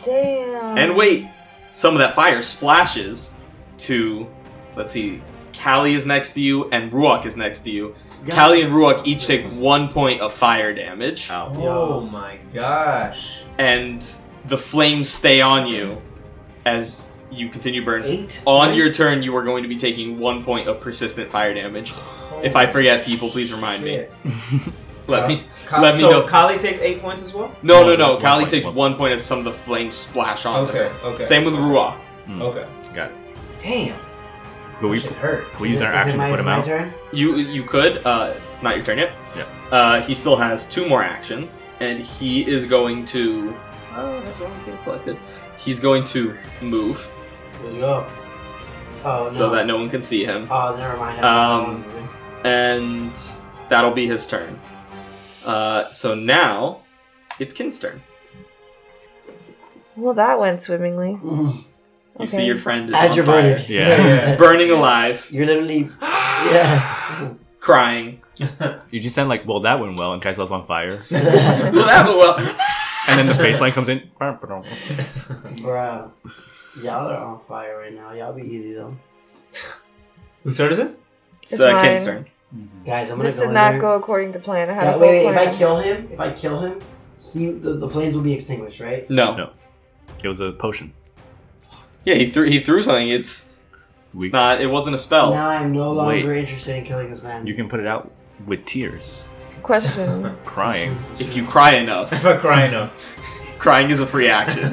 B: Damn.
D: And wait, some of that fire splashes to, let's see, Callie is next to you and Ruok is next to you.
C: Yeah.
D: Callie and Ruok each take one point of fire damage,
E: Ow.
A: Oh my gosh.
D: and the flames stay on you as you continue burning.
A: Eight.
D: On your
A: Nice.
D: turn, you are going to be taking one point of persistent fire damage. if I forget, people, please remind me.
A: Shit.
D: Let me.
A: Ka-
D: let me
A: so
D: know.
A: Kali takes eight points as well.
D: No,
E: One-
D: no, no.
E: one
D: Callie
E: point,
D: takes
E: one
D: one point as some of the flames splash on
A: Okay.
D: her.
A: Okay.
D: Oh, Same with Ruok.
A: Okay.
E: Got it.
C: Damn.
E: Could we,
C: That shit hurt.
E: could we use our
C: Is it
E: action
C: my-
E: to
C: is it
E: put him
C: my
E: out?
C: turn?
D: You you could. Uh, not your turn yet.
E: Yep.
D: Uh, he still has two more actions, and he is going to. Oh, that wrong game selected. He's going to move
C: Let's go. Oh no.
D: so that no one can see him,
C: Oh, never mind.
D: Um, and that'll be his turn. Uh, so now it's Kin's turn.
B: Well, that went swimmingly.
C: Mm.
D: You see
B: Okay.
D: your friend is
C: as
D: on
C: you're
D: fire.
C: burning.
E: Yeah.
D: burning alive,
C: You're literally. Yeah.
D: crying.
E: You just sound like, well, that went well, and Kaisel's on fire.
D: Well, that- well,
E: And then the bass line comes in.
C: Bro. Y'all are on fire right now. Y'all be easy though.
A: Whose turn is it?
D: it's uh, Kin's
B: fine.
D: turn.
C: Guys, I'm gonna
B: This
C: go
B: did
C: in
B: not
C: there.
B: go according to plan. I had
C: That
B: a
C: way,
B: whole
C: if I
B: plan.
C: kill him, if I kill him, he the, the flames will be extinguished, right?
D: No.
E: No. It was a potion.
D: Yeah, he threw he threw something. It's,
E: We,
D: it's not. It wasn't a spell.
C: Now I'm no longer
E: Wait.
C: interested in killing this man.
E: You can put it out with tears,
B: Question.
E: crying.
D: If you cry enough,
A: If I cry enough.
D: crying is a free action.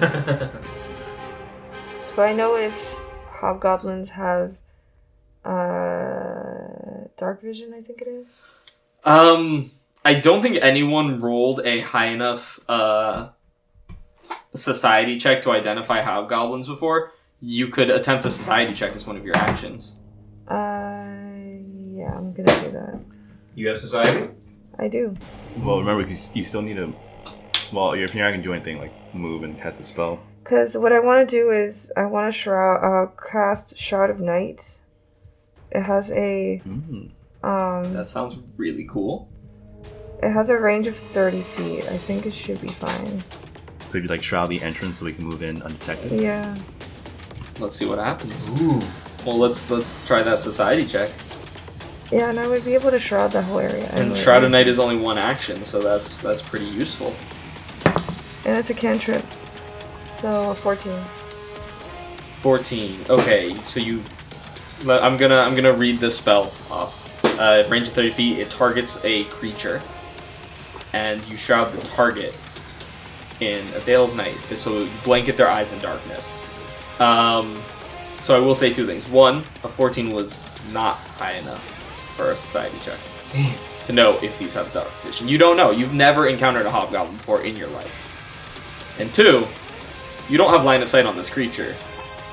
B: Do I know if hobgoblins have uh, dark vision? I think it is.
D: Um, I don't think anyone rolled a high enough uh society check to identify hobgoblins before. You could attempt a society check as one of your actions.
B: Uh, yeah, I'm gonna do that.
A: you have society.
B: I do.
E: Well, remember, 'cause you still need to. Well, if you're not gonna do anything, like move and cast a spell.
B: Because what I want to do is I want to shroud, uh, cast Shroud of Night. It has a
E: Mm.
B: um,
D: That sounds really cool.
B: it has a range of thirty feet. I think it should be fine.
E: So you like shroud the entrance so we can move in undetected.
B: Yeah.
D: Let's see what happens.
A: Ooh.
D: Well, let's let's try that society check.
B: Yeah, and I would be able to shroud the whole area.
D: And
B: anyway.
D: Shroud of Night is only one action, so that's that's pretty useful.
B: And it's a cantrip. So, 14.
D: 14 okay so you le- i'm gonna i'm gonna read this spell off uh, range of 30 feet it targets a creature and you shroud the target in a veil of night so you blanket their eyes in darkness um, so i will say two things one a 14 was not high enough for a society check to know if these have dark vision you don't know you've never encountered a hobgoblin before in your life and two you don't have line of sight on this creature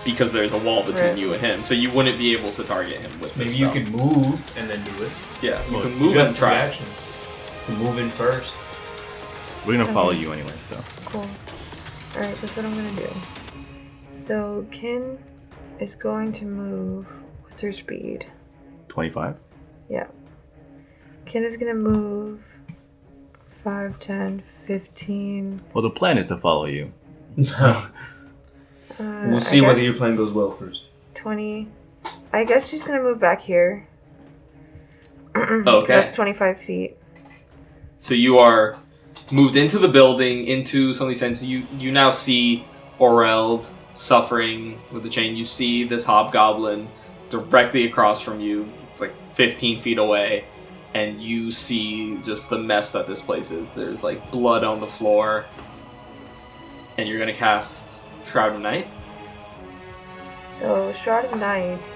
D: because there's a wall between
B: Right.
D: you and him, so you wouldn't be able to target him with this.
A: Maybe you
D: spell.
A: could move and then do it.
D: yeah, you
A: Well,
D: can move
A: have
D: and
A: three
D: try.
A: Actions. You can move in first.
E: We're gonna follow
B: Okay.
E: you anyway, so
B: Cool. Alright, that's what I'm gonna do. So, Kin is going to move. What's her speed?
E: twenty-five.
B: Kin is gonna move 5, 10, 15.
E: Well, the plan is to follow you.
B: Uh,
A: we'll
B: I
A: see whether
B: guess
A: your plan goes well first.
B: 20. I guess she's gonna move back here.
D: Okay.
B: That's 25 feet.
D: So you are moved into the building, into something sense. You you now see Oreld suffering with the chain. You see this hobgoblin directly across from you, like 15 feet away, and you see just the mess that this place is. There's like blood on the floor, and you're gonna cast Shroud of Night.
B: So, Shroud of Night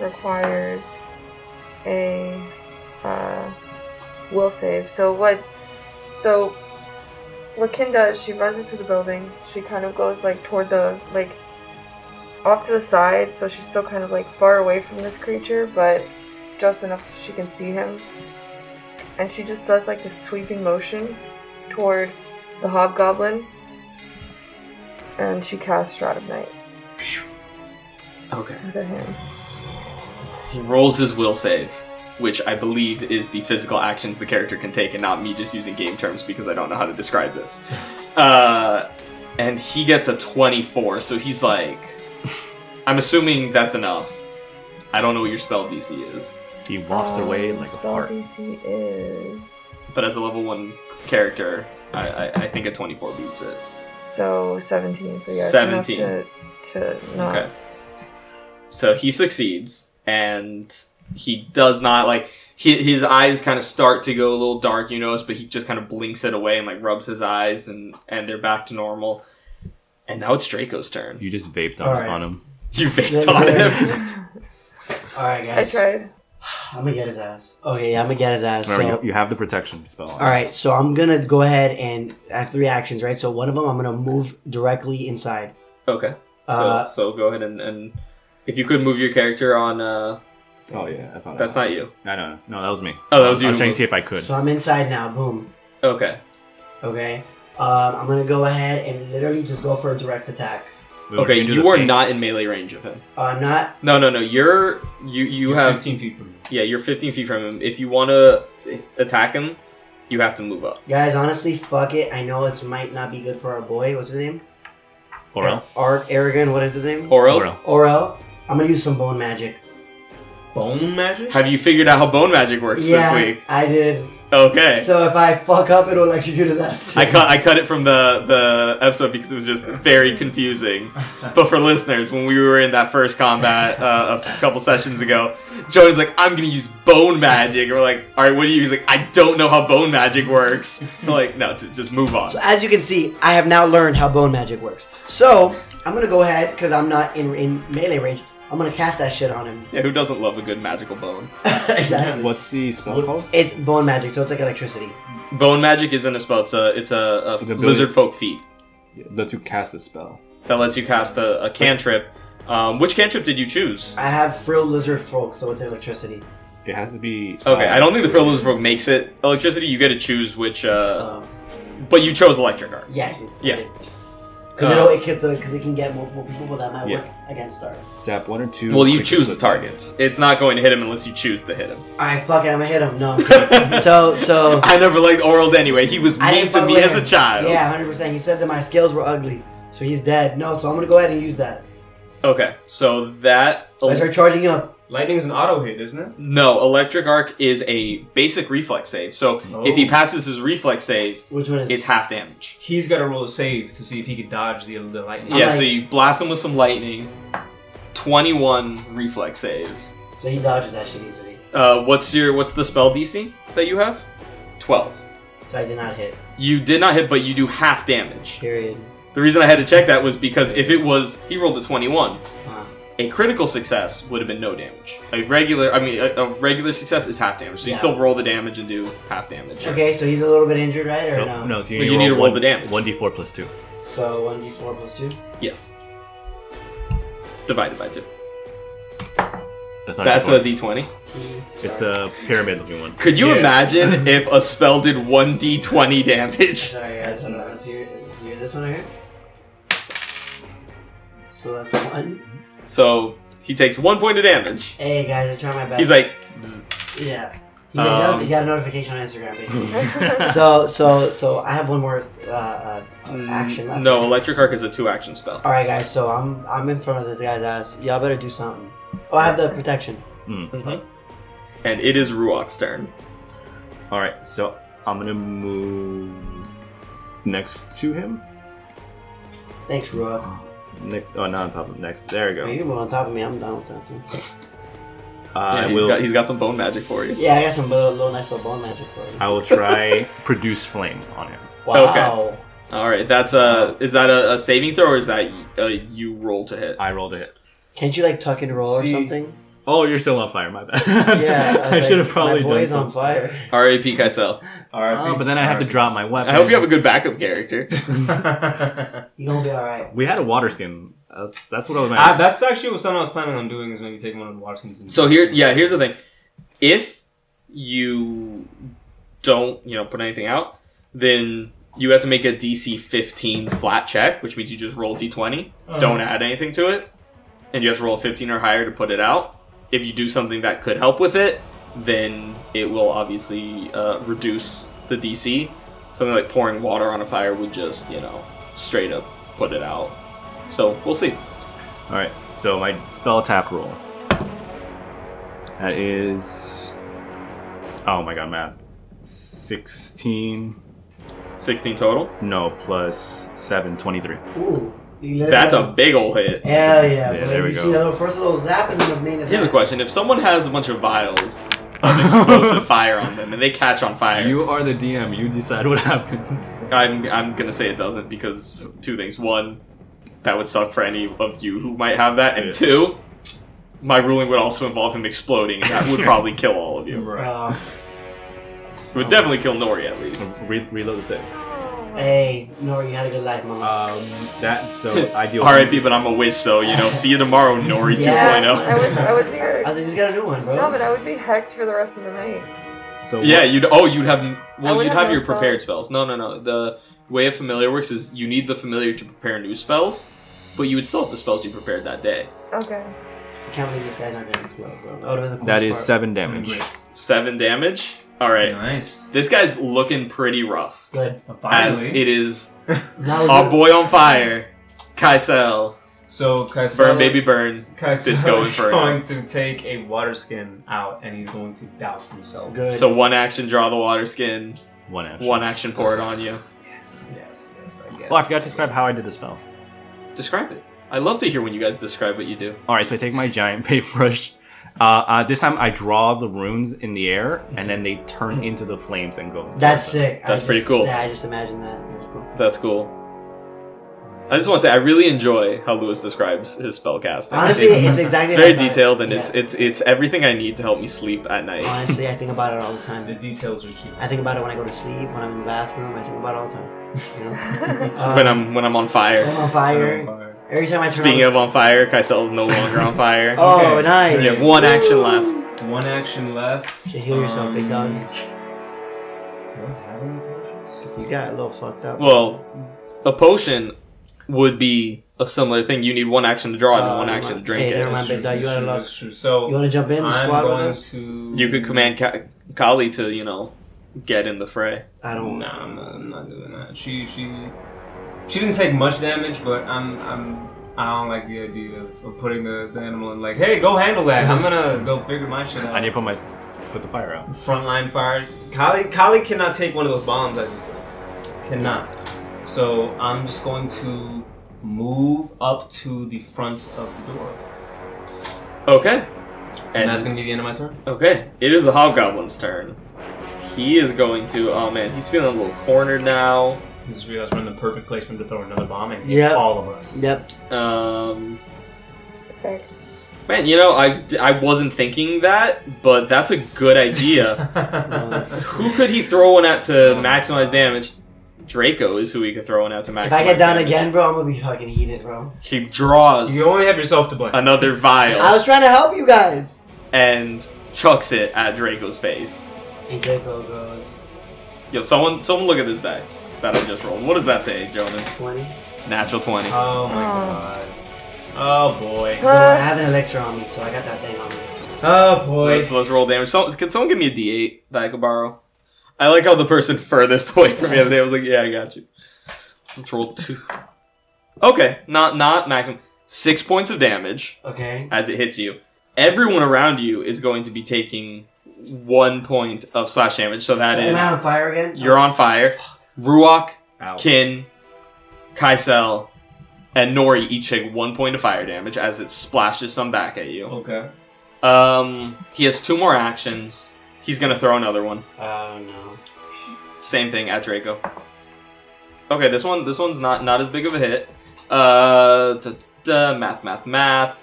B: requires a uh, will save. So what? So Lakinda, she runs into the building. She kind of goes like toward the like off to the side, so she's still kind of like far away from this creature, but just enough so she can see him. And she just does like this sweeping motion toward the hobgoblin. And she casts Shroud of Night
D: Okay.
B: with her hands.
D: He rolls his will save, which I believe is the physical actions the character can take, and not me just using game terms because I don't know how to describe this. Uh, and he gets a 24, so he's like, I'm assuming that's enough. I don't know what your spell DC is,
E: He
C: Oh,
E: wafts away
B: Um,
E: like a
B: spell
E: fart.
B: DC is
D: but as a level one character, I, I, I think a 24 beats it.
B: so seventeen. So yeah, it's
D: 17.
B: enough To, to not.
D: Okay.
E: Uh.
D: So he succeeds, and he does not like. He, his eyes kind of start to go a little dark, you notice, but he just kind of blinks it away and like rubs his eyes, and and they're back to normal. And now it's Draco's turn.
E: You just vaped on,
C: Alright.
E: on him.
D: You vaped on him.
C: Alright,
B: I
C: guys.
B: tried.
C: I'm gonna get his ass. Okay, yeah, I'm gonna get his ass.
E: Remember,
C: so,
E: you, you have the protection spell. on.
C: All right, so I'm gonna go ahead and I have three actions, right? So one of them, I'm gonna move directly inside.
D: Okay. So
C: Uh,
D: so go ahead and and if you could move your character on, uh,
E: Oh yeah, I found
D: that's not you.
E: No, no, no, no, that was me.
D: Oh, that was
E: I
D: you.
E: was trying to see if I could.
C: so I'm inside now. Boom.
D: Okay.
C: Okay. Um, I'm gonna go ahead and literally just go for a direct attack.
E: We were
D: Okay.
E: gonna do
D: You
E: the
D: are
E: thing.
D: not in melee range of him.
C: Uh, not.
D: No, no, no. You're you you
A: You're
D: have
A: 15 feet from me.
D: Yeah, you're 15 feet from him. If you want to attack him, you have to move up.
C: Guys, honestly, fuck it. I know it's might not be good for our boy. What's his name?
E: Orel.
C: Art Aragon. What is his name?
D: Oro,
E: Orel.
C: Orel. I'm gonna use some bone magic.
A: Bone magic?
D: have you figured out how bone magic works this week?
C: I did.
D: Okay.
C: So if I fuck up, it'll electrocute his ass. too.
D: I cut I cut it from the the episode because it was just very confusing. But for listeners, when we were in that first combat uh, a couple sessions ago, Joey's like, "I'm gonna use bone magic." And we're like, "All right, what do you?" He's like, "I don't know how bone magic works." We're like, "No, just, just move on."
C: So as you can see, I have now learned how bone magic works. So I'm gonna go ahead because I'm not in in melee range. I'm gonna cast that shit on him.
D: Yeah, who doesn't love a good magical bone?
C: exactly.
E: What's the spell called?
C: It's bone magic, so it's like electricity.
D: Bone magic isn't a spell; it's a it's a,
E: It's
D: a
E: a
D: lizard folk feat.
E: Let's you cast the spell.
D: that lets you cast a, a cantrip. Um, which cantrip did you choose?
C: I have frill lizard folk, so it's electricity.
E: It has to be.
D: Okay,
E: uh,
D: I don't think the Frill Lizard Rogue makes it electricity. You get to choose which, uh,
C: Um,
D: but you chose Electric Arc.
C: yeah.
D: Yeah.
C: Because
D: Uh,
C: it can because it can get multiple people that might work against her.
E: Zap one or two.
D: Well, you
E: creatures
D: choose the
E: with-
D: targets. It's not going to hit him unless you choose to hit him.
C: All right, fuck it, I'm gonna hit him. No. I'm kidding. so so.
D: I never liked Orald anyway. He was
C: I
D: mean
C: didn't
D: to
C: fuck
D: me
C: with
D: as
C: him.
D: a child.
C: Yeah, hundred percent. He said that my scales were ugly, so he's dead. No, so I'm gonna go ahead and use that.
D: Okay, so that
C: So I start charging up.
A: Lightning's an auto hit, isn't it?
D: no Electric Arc is a basic reflex save. So if
C: Oh.
D: he passes his reflex save,
C: Which one is?
D: it's half damage.
A: Oh. He's got to roll a save to see if he can dodge the, the lightning.
D: yeah,
C: like-
D: so you blast him with some lightning. Twenty-one reflex save.
C: so he dodges that shit easily.
D: Uh, what's your what's the spell DC that you have? Twelve.
C: So I did not hit.
D: You did not hit, but you do half damage.
C: Period.
D: The reason I had to check that was because if it was he rolled a twenty-one,
C: Uh,
D: a critical success would have been no damage. A regular, I mean, a, a regular success is half damage. So you
C: Yeah.
D: still roll the damage and do half damage.
C: okay, so he's a little bit injured, right? Or
E: So,
C: no?
E: no. so you,
D: Well, you need to roll
E: one-
D: the damage.
E: One d four plus two.
C: So one d four plus two.
D: Yes. Divided by two.
E: That's not.
D: That's a
E: D4.
D: d20.
C: T.
E: It's the pyramid looking one.
D: Could you
A: Yeah.
D: imagine if a spell did one d20 damage?
C: Sorry, I
A: That's
C: don't know.
A: nice.
C: Do you, do you hear this one right here? So that's one.
D: So he takes one point of damage.
C: Hey guys, I tried my best.
D: He's like,
C: yeah. He, got-
D: Um,
C: he got a notification on Instagram.
E: Um.
C: Basically. so, so, so I have one more uh, uh, action left.
D: "Mm, no, electric arc is a two-action spell.
C: All right, guys. So I'm I'm in front of this guy's ass. Y'all better do something. Oh, I have the protection.
D: And it is Ruok's turn.
E: All right, so I'm gonna move next to him.
C: Thanks, Ruok.
E: Next, oh, not on top of him. Next, there we
C: Oh,
E: go.
C: You can move on top of me. I'm done with this. Dude.
D: Yeah,
E: I
D: he's
E: will.
D: got he's got some bone magic for you.
C: Yeah, I got some little, little nice little bone magic for you.
E: I will try produce flame on him.
C: Wow.
D: All right, that's a is that a, a saving throw or is that y- uh, you roll to hit?
E: I rolled a hit.
C: Can't you like tuck and roll
A: See,
C: or something?
E: Oh, you're still on fire. My bad.
C: Yeah,
E: I, should have probably
C: my
E: done
C: boy's on
E: something.
C: fire.
D: R.A.P. Kaisel.
E: Oh, but then I have to drop my weapon.
D: I hope you have a good backup character.
A: drop.
C: You gonna be all right.
E: We had a water skin. That's, that's what I was.
A: uh, that's actually what something I was planning on doing is maybe taking one of the Washington.
D: So here, yeah, here's the thing: if you don't, you know, put anything out, then you have to make a DC 15 flat check, which means you just roll D20, don't add anything to it, and you have to roll a 15 or higher to put it out. If you do something that could help with it, then it will obviously uh, reduce the DC. Something like pouring water on a fire would just, you know, straight up put it out. So we'll see.
E: All right. So my spell attack roll. That is. Oh my god, math. Sixteen.
D: 16 total.
E: No, plus seven, 23.
C: Ooh, you let
D: That's
C: it-
D: a big old hit.
C: Hell yeah!
E: Yeah,
C: boy.
E: there we
C: you
E: go.
C: see that little first little zap in the main event.
D: Here's a question: If someone has a bunch of vials of explosive fire on them and they catch on fire,
E: You are the DM. You decide what happens.
D: I'm I'm gonna say it doesn't because two things: one, that would suck for any of you who might have that, and
E: Yeah.
D: two, my ruling would also involve him exploding, and that would probably kill all of you.
A: Right.
C: Uh,
D: It would definitely kill Nori at least.
E: Re- reload the save.
C: hey, Nori, you had a good life, mama.
E: Um, that so I deal.
D: R.I.P. But I'm a witch, so you know. See you tomorrow, Nori
C: Yeah.
B: I
D: 2.0.
B: was, I was here.
C: I was like, just get a new one, bro.
B: No, but I would be hecked for the rest of the night.
E: So
D: Yeah, you'd oh you'd have well
B: would
D: you'd
B: have
D: have
B: no
D: your prepared spells. No, no, no. The way a familiar works is you need the familiar to prepare new spells, but you would still have the spells you prepared that day.
B: Okay.
C: I can't believe this guy's not gonna explode, bro. That would have been the
E: That is
C: coolest
E: seven damage.
D: Seven damage. All right,
A: Nice.
D: this guy's looking pretty rough.
C: part.
D: As it is
C: Good. Now we're
D: our
C: good.
D: boy on fire, Kaisel,
A: So
D: burn
A: Kaisel,
D: baby burn. Disco
A: Kaisel is
D: Inferno.
A: going to take a water skin out and he's going to douse himself.
C: Good.
D: So one action, draw the water skin.
E: One action.
D: One action, pour it on you.
A: Yes, yes, yes. I guess.
E: Oh, I forgot to describe how I did the spell.
D: Describe it. I love to hear when you guys describe what you do.
E: All right, so I take my giant paintbrush. Uh, uh, this time I draw the runes in the air, and then they turn into the flames and go.
C: That's sick. I
D: That's pretty
C: just-
D: cool.
C: Yeah, I just imagined that. That's cool.
D: That's cool. I just want to say I really enjoy how Lewis describes his spell casting.
C: Honestly,
D: it's,
C: it's exactly.
D: it's very
C: what I thought.
D: detailed and it's
C: Yeah.
D: it's it's everything I need to help me sleep at night.
C: Honestly, I think about it all the
A: The
C: time.
A: details are key.
C: I think about it when I go to sleep, when I'm in the bathroom. I think about it all the time. You know? Uh,
D: when I'm when I'm on
C: when I'm
D: fire.
C: on fire. Every time I turn
D: Speaking
C: on
D: of on fire, Kaisel is no longer on fire.
C: Oh,
A: Okay.
C: nice.
D: You have one action left.
A: One action left. Um,
C: So heal yourself, big dog.
A: Do I have any potions?
C: You got a little fucked up.
D: Well, a potion would be a similar thing. You need one action to draw it and
C: Uh,
D: one action to drink
C: hey, never
D: it.
C: mind. big dog, you had a lot.
A: That's true. So
C: you want to jump in the
A: I'm
C: squad
A: going
C: with us?
A: to.
D: You could command Ka- Kali to, you know, get in the fray.
C: I don't.
A: Nah, I'm not, I'm not doing that. She she she didn't take much damage, but I'm I'm I don't like the idea of, of putting the, the animal in like, hey, go handle that. I'm gonna go figure my shit
E: I need to
A: out.
E: put my s- put the fire out.
A: Frontline fire. Kali Kali cannot take one of those bombs. I just cannot. So I'm just going to move up to the front of the door,
D: Okay.
A: and, that's gonna be the end of my turn.
D: Okay, it is the Hobgoblin's turn. He is going to. Oh man, he's feeling a little cornered now.
A: Just realized we're in the perfect place for him to throw another bomb and hit
C: Yep.
A: all of us.
C: Yep.
D: Um,
B: Okay.
D: man, you know, I, I wasn't thinking that, but that's a good idea. who could he throw one at to maximize damage? Draco is who he could throw one at to maximize.
C: If I get down
D: damage.
C: again, bro, I'm gonna be fucking heated, bro.
D: he draws
A: you only have yourself to blame.
D: another
C: I
D: vial
C: was trying to help you guys.
D: and chucks it at Draco's face.
C: And Draco goes
D: Yo, someone, someone, look at this die that I just rolled. What does that say, Jonan?
C: twenty.
D: Natural twenty.
A: Oh my god. Oh boy.
C: Bro, I
B: Uh,
C: have an elixir on me, so I got that thing on me.
A: Oh boy.
D: Let's, let's roll damage. So, can someone give me a D8 that I could borrow? I like how the person furthest away from me the other day was like, "Yeah, I got you." Let's roll two. Okay, not not maximum. Six points of damage
C: Okay.
D: as it hits you. Everyone around you is going to be taking one point of slash damage. So that
C: So am I
D: is
C: on fire again?
D: you're on fire. Ruok,
E: Ow.
D: Kin, Kaisel, and Nori each take one point of fire damage as it splashes some back at you.
A: Okay.
D: Um, he has two more actions. He's gonna throw another one.
C: Oh no.
D: Same thing at Draco. Okay, this one, this one's not not as big of a hit. Uh, da, da, da, math, math, math,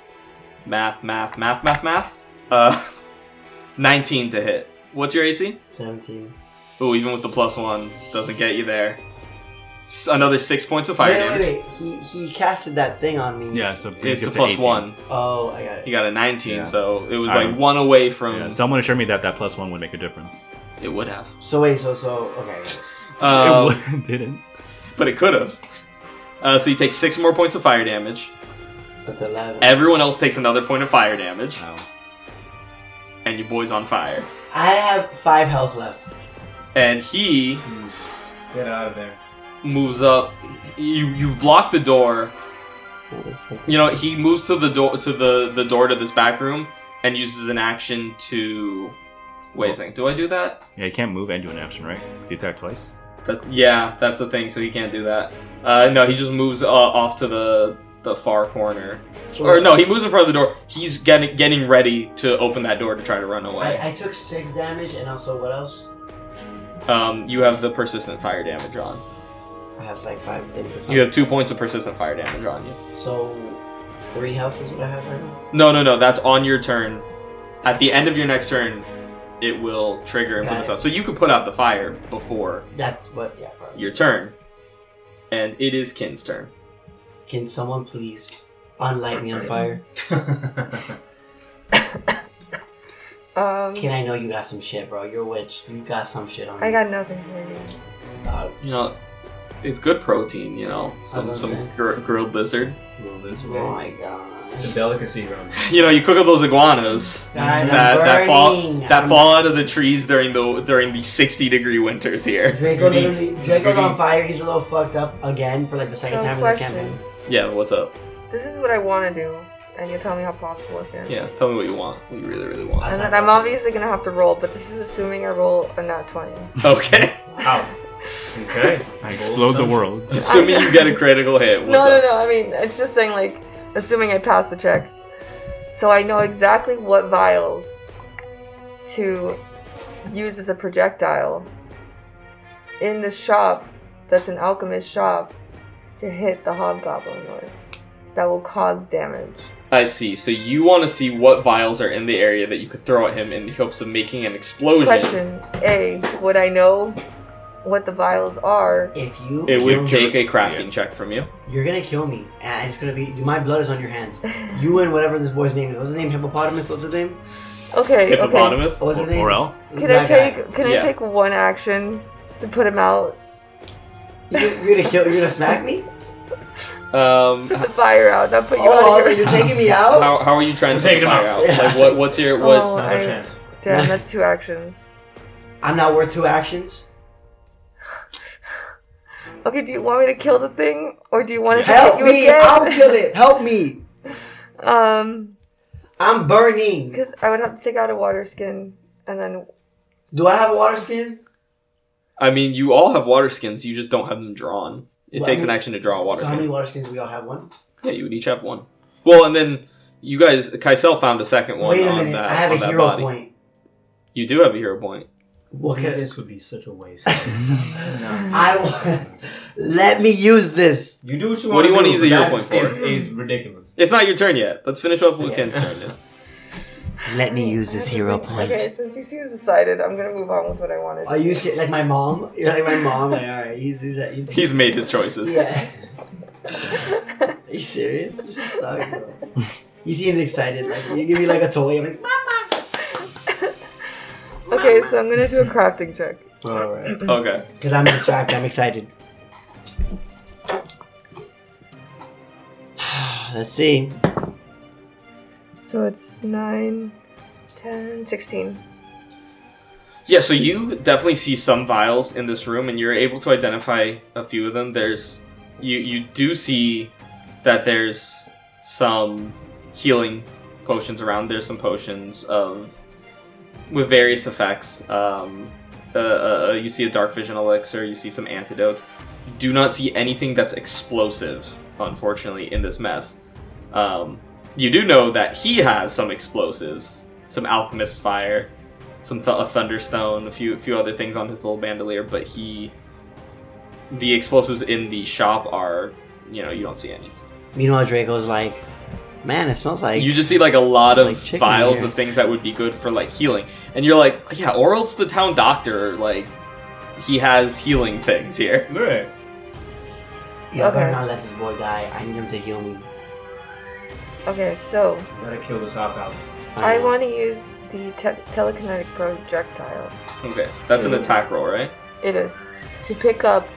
D: math, math, math, math, math. Uh, 19 to hit. What's your AC?
C: 17.
D: Ooh, even with the plus one, doesn't get you there. S- another six points of fire
C: Wait, wait,
D: damage.
C: wait. He, he casted that thing on me.
E: Yeah, so it
D: It's
E: brings you
D: a
E: up to
D: plus
E: 18.
D: one.
C: Oh, I got
D: He
C: it.
D: got a 19,
E: Yeah.
D: so it was
E: I-
D: like one away from.
E: Yeah, someone assured me that that plus one would make a difference.
D: It would have.
C: So wait, so, so, okay. I got it.
D: Um,
E: it would- didn't.
D: but it could have. Uh, so you take six more points of fire damage.
C: That's 11.
D: Everyone else takes another point of fire damage,
E: No.
D: and your boy's on fire.
C: I have five health left.
D: And he
A: Jesus. Get out of there.
D: moves up. You you've blocked the door. You know he moves to the door to the the door to this back room and uses an action to. Wait a second. Do I do that?
E: Yeah, you can't move and do an action, right? Because he attacked twice.
D: But yeah, that's the thing. So he can't do that. Uh, no, he just moves uh, off to the the far corner. Or no, he moves in front of the door. He's getting getting ready to open that door to try to run away.
C: I, I took six damage and also what else?
D: Um, you have the persistent fire damage on.
C: I have like five things. Of
D: You have two points of persistent fire damage on you.
C: So three health is what I have right now.
D: No, no, no. That's on your turn. At the end of your next turn, it will trigger and put
C: Got
D: this
C: it.
D: out. So you could put out the fire before
C: That's what. Yeah. Probably.
D: your turn. And it is Kin's turn.
C: Can someone please unlight me on fire?
B: Um,
C: Can I know you got some shit, bro? You're a witch. You got some shit on.
B: I
C: you.
B: got nothing for you.
C: Dog.
D: You know, it's good protein. You know, some
C: love
D: some
C: that.
D: gr- grilled lizard.
C: Oh my
A: It's
C: god.
A: a delicacy, bro.
D: you know, you cook up those iguanas
C: Guys, I'm
D: that, that fall
C: burning.
D: that
C: I'm-
D: fall out of the trees during the during the sixty degree winters here.
C: Draco
A: Goodies.
C: literally. Draco's on
A: Goodies.
C: fire. He's a little fucked up again for like the second
B: So,
C: time
B: question.
C: in this campaign.
D: Yeah, what's up?
B: This is what I want to do, and you tell me how possible it's gonna be.
D: Yeah, tell me what you want. What you really really want.
B: And
C: That's
B: then
C: not
B: I'm
C: possible.
B: obviously gonna have to roll, but this is assuming I roll a not 20.
D: Okay,
F: Wow. Okay.
E: I explode the world.
D: assuming you get a critical hit. What's
B: no, no,
D: up?
B: no. I mean, it's just saying like, assuming I pass the check, so I know exactly what vials to use as a projectile in the shop that's an alchemist shop to hit the hobgoblin with that will cause damage.
D: I see. So you want to see what vials are in the area that you could throw at him in the hopes of making an explosion.
B: Question A: Would I know what the vials are?
C: If you,
D: It
C: kill
D: would
C: me,
D: take a crafting check from you.
C: You're gonna kill me, and it's gonna be. My blood is on your hands. You and whatever this boy's name is. What's his name? Hippopotamus. What's his name?
B: Okay, okay.
D: Hippopotamus.
C: What's his
E: Or-
C: name?
E: Orel?
B: Can I
C: That guy.
B: take can
D: Yeah.
B: I take one action to put him out?
C: You- You're gonna kill. You're gonna smack me.
D: Um,
B: Put the fire out, not put you
C: Oh, I
B: out
C: was
B: of
C: like,
B: here.
C: you're taking me out.
D: how, how are you trying to
F: Take
D: take the
F: him
D: fire out?
F: out.
D: Like what? What's your what?
B: Oh,
A: Now's our
B: I-
A: chance.
B: Damn, that's two actions.
C: I'm not worth two actions.
B: Okay, do you want me to kill the thing, or do you want it to
C: Help
B: hit you
C: me!
B: again?
C: I'll kill it. Help me!
B: Um,
C: I'm burning.
B: because I would have to take out a water skin, and then
C: Do I have a water skin?
D: I mean, you all have water skins. You just don't have them drawn. It
C: Well,
D: takes
C: I mean-
D: an action to draw a water
C: so how
D: skin.
C: many water skins do we all have? One.
D: Yeah, you would each have one. Well, and then you guys, Kaisel found a second one
C: Wait a
D: on
C: minute.
D: that.
C: I have
D: on
C: a
D: that
C: hero
D: body.
C: point.
D: You do have a hero point.
C: What
A: Look
C: could-
A: at this would be such a waste. No.
C: I w- let me use this.
A: You do what you
D: What do
A: want.
D: you wanna
A: to
D: use
A: but
D: a hero
A: that
D: point for?
A: Is, is, is ridiculous.
D: It's not your turn yet. Let's finish up with Ken's turn.
C: Let me use this hero point.
B: Okay, since he seems decided, I'm gonna move on with what I wanted.
C: Are you ser- like my mom? You're like my mom. Like, all right, he's he's, he's,
D: He's made his choices.
C: yeah. Are you serious? This is suck, bro. He seems excited. Like you give me like a toy. I'm like,
B: okay, so I'm gonna do a crafting check.
C: all right.
D: Okay.
C: Because I'm distracted. I'm excited. Let's see.
B: So it's 9, 10, 16.
D: Yeah, so you definitely see some vials in this room, and you're able to identify a few of them. There's you you do see that there's some healing potions around. There's some potions of with various effects. Um, uh, uh, uh, you see a dark vision elixir. You see some antidotes. You do not see anything that's explosive, unfortunately, in this mess. Um, you do know that he has some explosives, some alchemist fire, some th- a thunderstone, a few a few other things on his little bandolier, but he the explosives in the shop are, you know, you don't see any.
C: Meanwhile, Draco's like, man, it smells like.
D: you just see like a lot of
C: Like chicken
D: vials
C: here.
D: of things that would be good for like healing and you're like yeah Orald's the town doctor like he has healing things here
F: All right.
C: Yo, I better
B: Okay.
C: not let this boy die. I need him to heal me.
B: Okay, so
A: You gotta kill this hobgoblin.
B: I want to use the te- telekinetic projectile.
D: okay that's an
C: Two.
D: attack roll right
B: It is to pick up,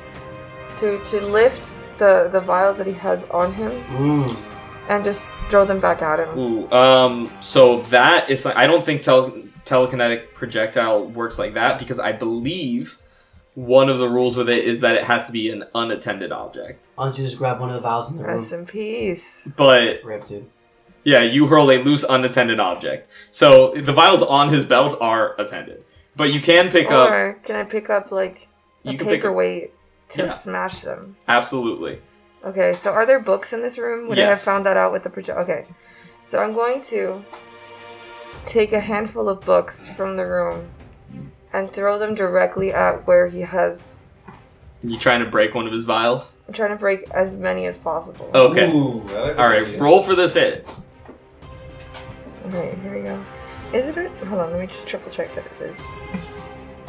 B: to to lift the the vials that he has on him
C: Mm.
B: and just throw them back at him.
D: Ooh, um, so that is like I don't think tel- telekinetic projectile works like that because I believe one of the rules with it is that it has to be an unattended object.
C: Why don't you just grab one of the vials in the
B: Rest
C: room?
B: in peace.
D: But
C: Rip, dude.
D: yeah, you hurl a loose unattended object. So the vials on his belt are attended. But you can pick up
B: Or can I pick up like a
D: You can pick up-
B: paperweight to
D: Yeah.
B: smash them?
D: absolutely.
B: Okay, so are there books in this room? Would I have
D: Yes.
B: found that out with the project? Okay, so I'm going to take a handful of books from the room and throw them directly at where he has.
D: You trying to break one of his vials?
B: I'm trying to break as many as possible.
D: Okay.
A: Ooh, I like this
D: All right,
A: idea.
D: roll for this hit.
B: Okay, here we go. Is it? A, hold on, let me just triple check that it is.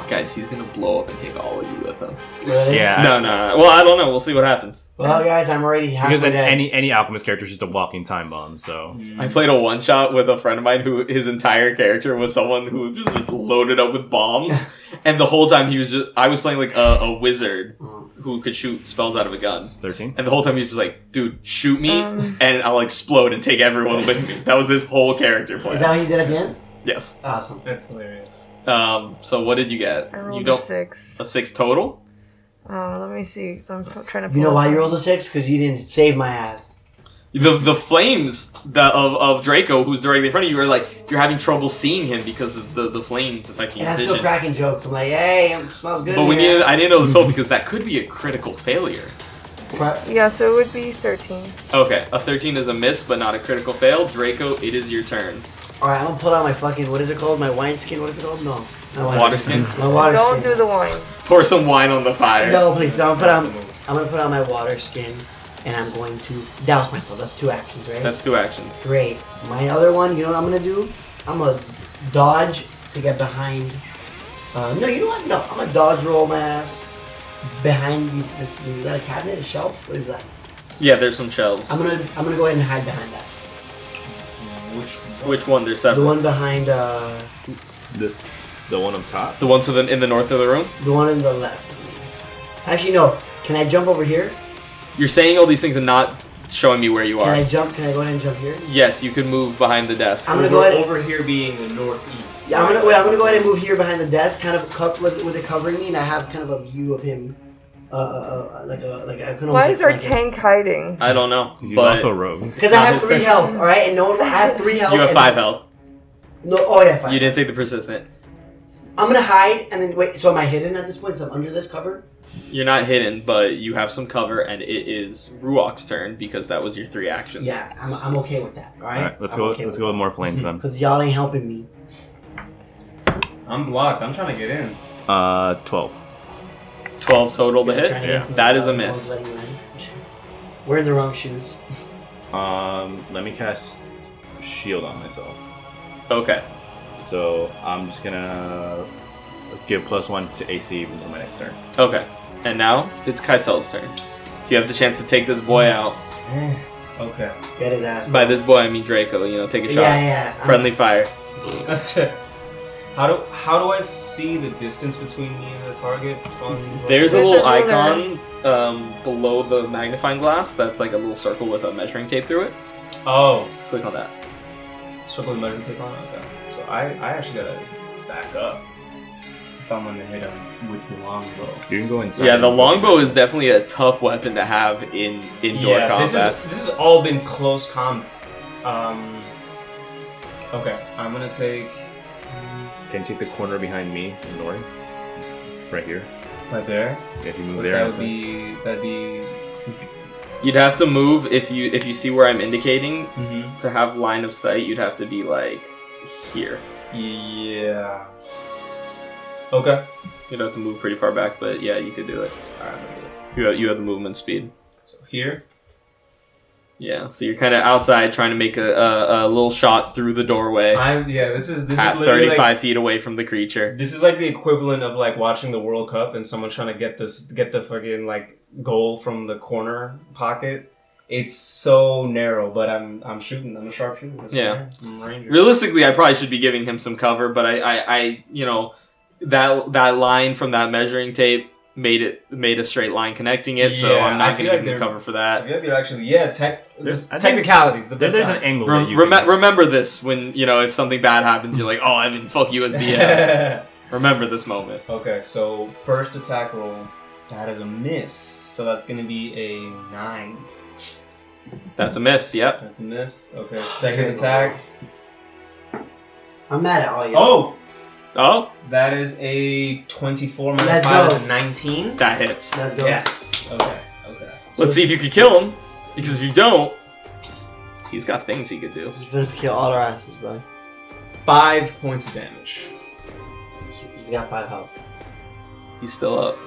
D: Guys, he's going to blow up and take all of you with him.
C: Really?
E: Yeah.
D: No, no. no. Well, I don't know. We'll see what happens.
C: Well, guys, I'm already halfway
E: Because then
C: dead.
E: any any alchemist character is just a walking time bomb. So
D: I played a one shot with a friend of mine who his entire character was someone who was just loaded up with bombs, and the whole time he was just I was playing like a, a wizard
C: Mm.
D: who could shoot spells out of a gun,
E: thirteen.
D: and the whole time he was just like, "Dude, shoot me,
B: Um.
D: and I'll explode and take everyone with me." That was his whole character
C: Is that
D: plan.
C: what you did at the end?
D: Yes.
C: Awesome.
F: That's hilarious.
D: Um. So what did you get?
B: I
D: You
B: rolled a
D: don't
B: six.
D: a six total.
B: Uh, let me see. I'm p- trying to.
C: You know
B: pull
C: why
B: up-
C: you rolled a six? Because you didn't save my ass.
D: The the flames the, of of Draco who's directly in front of you are like you're having trouble seeing him because of the the flames affecting
C: And
D: your
C: I'm still
D: vision.
C: cracking jokes. I'm like, hey, it smells good.
D: But we
C: in here.
D: needed, I didn't know the soul because that could be a critical failure.
C: But-
B: Yeah, so it would be thirteen.
D: Okay, a 13 is a miss, but not a critical fail. Draco, it is your turn.
C: All right, I'm gonna pull out my fucking what is it called? My wine skin? What is it called? No, my
D: Water skin.
C: My water
B: Don't
C: skin.
B: do the wine.
D: Pour some wine on the fire.
C: No, please don't. But
F: That's
C: I'm,
F: not the move.
C: I'm gonna put on my water skin, and I'm going to douse myself. That's two actions, right?
D: That's two actions.
C: great. My other one, you know what I'm gonna do? I'm gonna dodge to get behind. Uh, no, you know what? No, I'm gonna dodge roll my ass behind these. This, is that a cabinet? A shelf? What is that?
D: Yeah, there's some shelves.
C: I'm gonna, I'm gonna go ahead and hide behind that.
F: Which
D: Which one? There's
C: The
D: several.
C: one behind, uh,
E: This the one up top.
D: The one to the in the north of the room.
C: the one on the left. Actually, no. Can I jump over here?
D: You're saying all these things and not showing me where you
C: Can I
D: are.
C: jump? Can I go ahead and jump here?
D: Yes, you can move behind the desk.
C: I'm gonna
A: over,
C: go ahead.
A: over here being the northeast.
C: Yeah, I'm gonna wait. I'm gonna go ahead and move here behind the desk, kind of cup with, with it covering me, and I have kind of a view of him, uh, uh, uh like a like I can.
B: Why is our tank hiding?
D: I don't know.
E: He's
D: but
E: also a rogue.
C: Because I have
D: Not his
C: three
D: face.
C: health, all right, and no one. I have three health.
D: you have
C: and-
D: five health.
C: No, oh yeah, five.
D: You didn't take the persistent.
C: I'm gonna hide and then wait. So am I hidden at this point? So I'm under this cover.
D: You're not hidden, but you have some cover, and it is Ruok's turn because that was your three actions.
C: Yeah, I'm, I'm okay with that. All
E: All right, let's go. let's go with more flames then.
C: Because y'all ain't helping me.
A: I'm blocked. I'm trying to get in.
E: Uh, twelve.
D: Twelve total to
C: You're
D: hit.
C: trying to
E: Yeah.
C: get to the
D: That is a
C: bottom, no
D: miss.
C: one's letting you in. We're in the wrong shoes.
E: Um, let me cast shield on myself.
D: Okay.
E: So I'm just gonna give plus one to AC until my next turn.
D: Okay. And now it's Kaisel's turn. You have the chance to take this boy
C: Mm.
D: out.
F: Okay.
C: Get his ass.
D: By this boy, I mean Draco. You know, take a shot.
C: Yeah, yeah. I'm-
D: Friendly fire.
A: That's it. How do how do I see the distance between me and the target? On
D: There's a
B: There's
D: little
B: another-
D: icon um, below the magnifying glass that's like a little circle with a measuring tape through it.
A: oh
D: Click on that.
A: circle the measuring tape on. Okay, so I I actually gotta back up if I'm gonna hit him with the longbow.
E: You can go inside.
D: yeah, the longbow is definitely a tough weapon to have in indoor
A: yeah, this
D: combat.
A: is this has all been close combat. Um, okay, I'm gonna take
E: Can you take the corner behind me, Nori? Right here.
A: right there.
E: Yeah, if you move
A: But
E: there,
A: that
E: it's
A: would
E: like-
A: be that'd be.
D: You'd have to move if you if you see where I'm indicating
A: Mm-hmm.
D: to have line of sight. You'd have to be like here.
A: Yeah. Okay.
D: You'd have to move pretty far back, but yeah, you could do it.
A: All right. I'm gonna do it.
D: You have, you have the movement speed.
A: So here.
D: Yeah, so you're kind of outside trying to make a, a, a little shot through the doorway
A: I'm yeah. This is this
D: at
A: is literally
D: 35
A: like,
D: feet away from the creature.
A: this is like the equivalent of like watching the World Cup and someone trying to get this get the fucking like goal from the corner pocket. It's so narrow, but I'm I'm shooting. I'm a sharpshooter. That's
D: Yeah.
A: fine. I'm a ranger.
D: Realistically, I probably should be giving him some cover, but I, I, I you know, that that line from that measuring tape made it made a straight line connecting it, so
A: Yeah,
D: I'm
A: I
D: not going to
A: feel like
D: give him
A: they're-
D: cover for
A: I
D: that.
A: feel like you're actually yeah. Tech
E: There's- I think-
A: technicalities. The
E: There-
A: best
E: there's an
A: time.
E: angle that
D: Rem-
E: you can-
D: reme- remember this when you know if something bad happens, you're like, oh, Evan, fuck you as DM. remember this moment.
A: Okay, so first attack roll, that is a miss. So that's gonna be a nine.
D: That's a miss. Yep.
A: That's a miss. Okay, second attack.
C: I'm mad at all you.
A: Oh,
D: Oh,
A: that is a twenty-four minus
C: Let's
A: five
C: go.
A: is a nineteen.
D: that hits.
C: Let's go.
A: Yes. Okay. Okay.
D: Let's see if you can kill him, because if you don't, he's got things he could do.
C: He's gonna kill all our asses, bro.
A: Five points of damage.
C: He's got five health.
D: He's still up.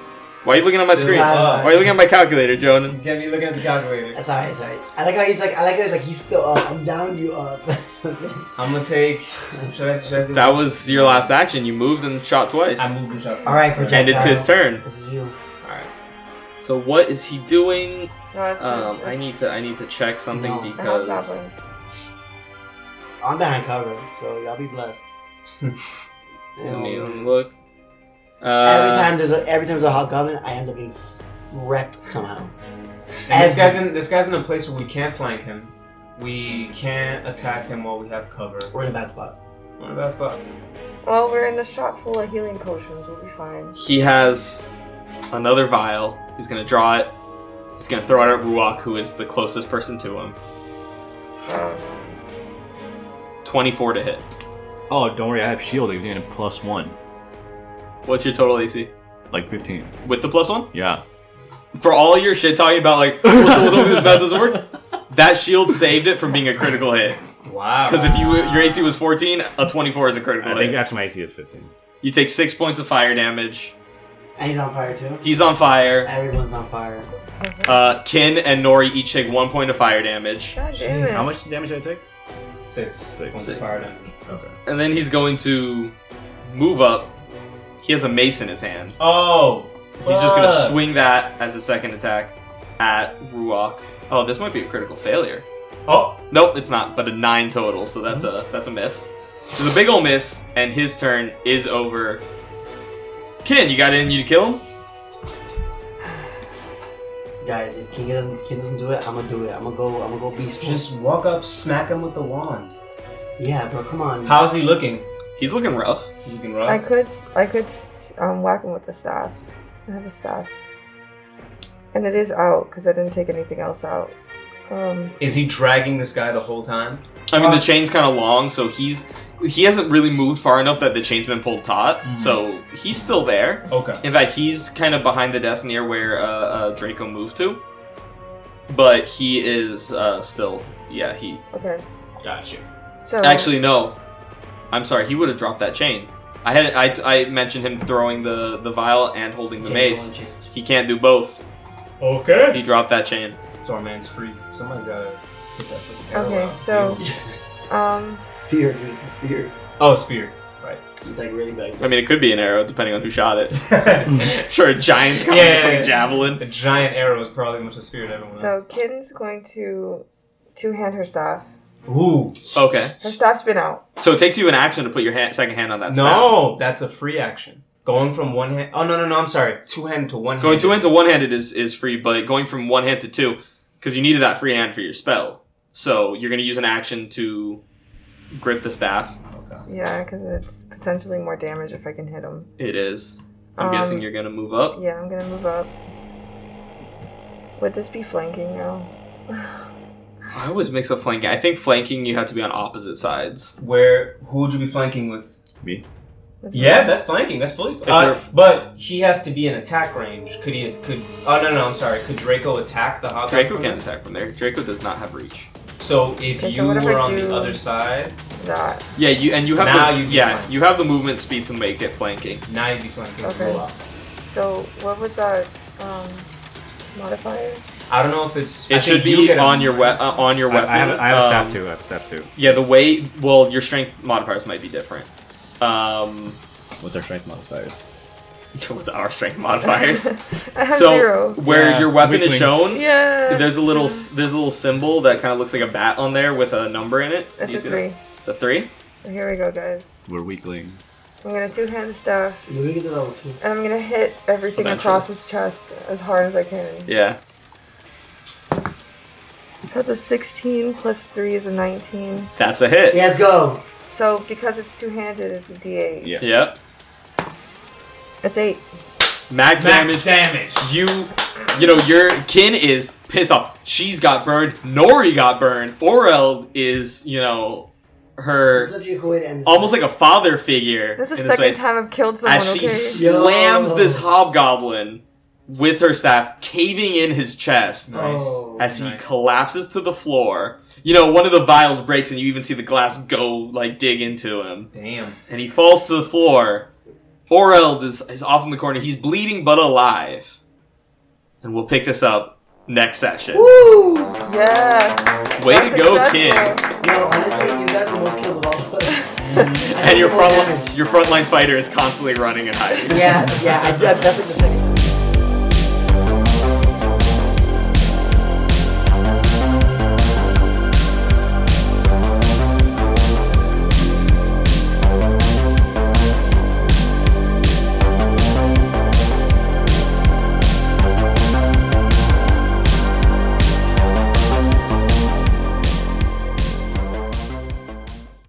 D: Why are you looking at my
A: Still
D: screen?
A: up.
D: Why
A: Why
D: are you looking at my calculator, Jonan?
A: Get me looking at the calculator.
C: That's alright, sorry. I like how he's like, I like how he's like, he's still up. I'm down, you up.
A: I'm gonna take. Should I? Should I do
D: That was your last action. You moved and shot twice,
A: I moved and shot. first.
C: All right,
D: and it's his turn.
C: this is you.
A: All right.
D: So what is he doing?
B: No, it's,
D: Um, I
B: it's-
D: need to I need to check something
C: No.
B: they're not
D: because
B: goblins.
C: I'm behind cover, so y'all be blessed.
D: let me, let me
C: Um,
D: look.
C: every
D: Uh,
C: time there's a every time there's a hot goblin, I end up getting wrecked somehow.
A: And this
C: Every-
A: guy's in. This guy's in a place where we can't flank him. We can't attack him while we have cover.
C: We're in a bad spot.
A: What about spot?
B: Well, we're in a shop full of healing potions. We'll be fine.
D: he has another vial. He's gonna draw it. He's gonna throw it at Ruak, who is the closest person to him. Twenty-four to hit.
E: Oh, don't worry, I have shield. It's gonna plus one,
D: What's your total AC
E: like fifteen.
D: with the plus one?
E: Yeah.
D: for all your shit talking about like "Oh, so- so this math doesn't work, that shield saved it from being a critical hit.
A: Wow.
D: Because if you your AC was 14, a 24 is a critical
E: I
D: hit.
E: think actually my AC is fifteen.
D: you take six points of fire damage.
C: And he's on fire too.
D: He's on fire.
C: Everyone's on fire.
D: Uh, Kin and Nori each take one point of fire damage,
B: God damn it.
E: How much damage did I take?
A: Six.
E: Six.
A: Points of
D: Six.
A: Fire damage.
E: Okay.
D: and then he's going to move up. He has a mace in his hand.
A: Oh.
D: He's just gonna
A: fuck.
D: swing that as a second attack at Ruok. Oh, this might be a critical failure.
A: Oh.
D: Nope, it's not. But a nine total, so that's a that's a miss. There's a big ol' miss, and his turn is over. Kin, you got it in you to kill him.
C: Guys, if King doesn't King doesn't do it, I'm gonna do it. I'm gonna go. I'm gonna go beast. mode.
A: Just walk up, smack him with the wand.
C: yeah, bro. Come on.
A: How's he looking?
D: He's looking rough.
A: You can
B: I
A: run.
B: could, I could, um, whack him with the staff. I have a staff, and it is out because I didn't take anything else out. Um,
A: Is he dragging this guy the whole time?
D: I mean, the chain's kind of long, so he's he hasn't really moved far enough that the chain's been pulled taut. So he's still there.
A: Okay.
D: In fact, he's kind of behind the desk near where uh, uh, Draco moved to, but he is uh, still. Yeah, he
B: okay,
A: Gotcha.
B: so
D: Actually, no. I'm sorry. He would have dropped that chain. I had I, I mentioned him throwing the the vial and holding the
C: Change,
D: mace.
C: one change.
D: He can't do both.
A: Okay.
D: He dropped that chain.
A: So our man's free. Somebody's gotta hit that fucking arrow
B: okay,
A: out.
B: so, um,
C: Spear, dude. It's a spear.
A: Oh, spear. Right.
C: He's like really big.
D: I mean, it could be an arrow depending on who shot it.
A: a
D: sure, a giant's coming
A: Yeah.
D: with a javelin.
A: giant arrow is probably much a spear to everyone
B: so Kin's going to two hand her staff.
A: else. Ooh.
D: Okay,
B: Her staff's been out.
D: so it takes you an action to put your hand, second hand on that. staff.
A: No, that's a free action. Going from one hand. Oh no no no! I'm sorry. Two hand to one.
D: going two hands to one handed is is free, but going from one hand to two because you needed that free hand for your spell. So you're gonna use an action to grip the staff.
B: Yeah, because it's potentially more damage if I can hit him.
D: It is. I'm
B: Um,
D: guessing you're gonna move up.
B: Yeah, I'm gonna move up. Would this be flanking now?
D: I always mix up flanking. I think flanking you have to be on opposite sides.
A: Where? Who would you be flanking with?
E: Me.
B: With
A: Yeah, that's flanking. That's fully.
D: If
A: Uh,
D: they're-
A: but he has to be in attack range. Could he? Could? Oh no, no. I'm sorry. Could Draco attack the Hobgoblin?
D: Draco can attack from there. Draco does not have reach.
A: So if
B: Okay, so
A: you
B: what if
A: were
B: I
A: on the
B: do-
A: other side,
B: that.
D: Yeah, you and you have
A: Now
D: the,
A: you can
D: yeah
A: flank.
D: you have the movement speed to make it flanking.
A: now you'd be flanking.
B: Okay. So what was that um, modifier?
A: I don't know if it's. I
D: It should
A: think you
D: be
A: get a-
D: on your we- uh, on your weapon.
G: I, I have, I have a
D: um,
G: staff too. I have a staff too.
D: Yeah, the way well, your strength modifiers might be different. Um,
G: What's our strength modifiers?
D: what's our strength modifiers?
B: I have
D: so
B: zero.
D: where
G: Yeah,
D: your weapon is
G: weaklings.
D: shown,
B: Yeah.
D: there's a little s- there's a little symbol that kind of looks like a bat on there with a number in it. Do
B: That's
D: you
B: a
D: see
B: three.
D: That? It's a three.
B: So here we go, guys.
E: We're weaklings.
B: I'm gonna two hand staff,
C: Maybe we get to level two.
B: and I'm gonna hit everything
D: Eventually.
B: across his chest as hard as I can.
D: Yeah.
B: So that's a 16 plus three is a 19.
D: That's a hit.
C: Yeah, let's go.
B: So because it's two handed, it's a D8.
E: Yeah.
D: Yep.
B: That's eight.
F: Max
D: Max, damage.
F: damage.
D: you you know, your kin is pissed off. She's got burned. Nori got burned. Orel is, you know, her
C: That's such a good way to end this.
D: almost like a father figure.
B: That's the
D: in this
B: second
D: place.
B: time I've killed someone.
D: as she
B: okay.
D: slams
C: Yo.
D: this hobgoblin with her staff, caving in his chest
F: Nice.
C: Oh.
D: as he
F: nice.
D: collapses to the floor. You know, one of the vials breaks, and you even see the glass go like dig into him,
F: Damn.
D: and he falls to the floor. Oreld is, is off in the corner. He's bleeding but alive, and we'll pick this up next session.
C: Woo!
B: Yeah.
D: Way to
B: That's
D: go,
B: successful.
D: kid!
C: Yo, honestly, you got the most kills of all of us.
D: And your
C: front
D: front your frontline fighter is constantly running and hiding.
C: Yeah, yeah, I do. That's like the second.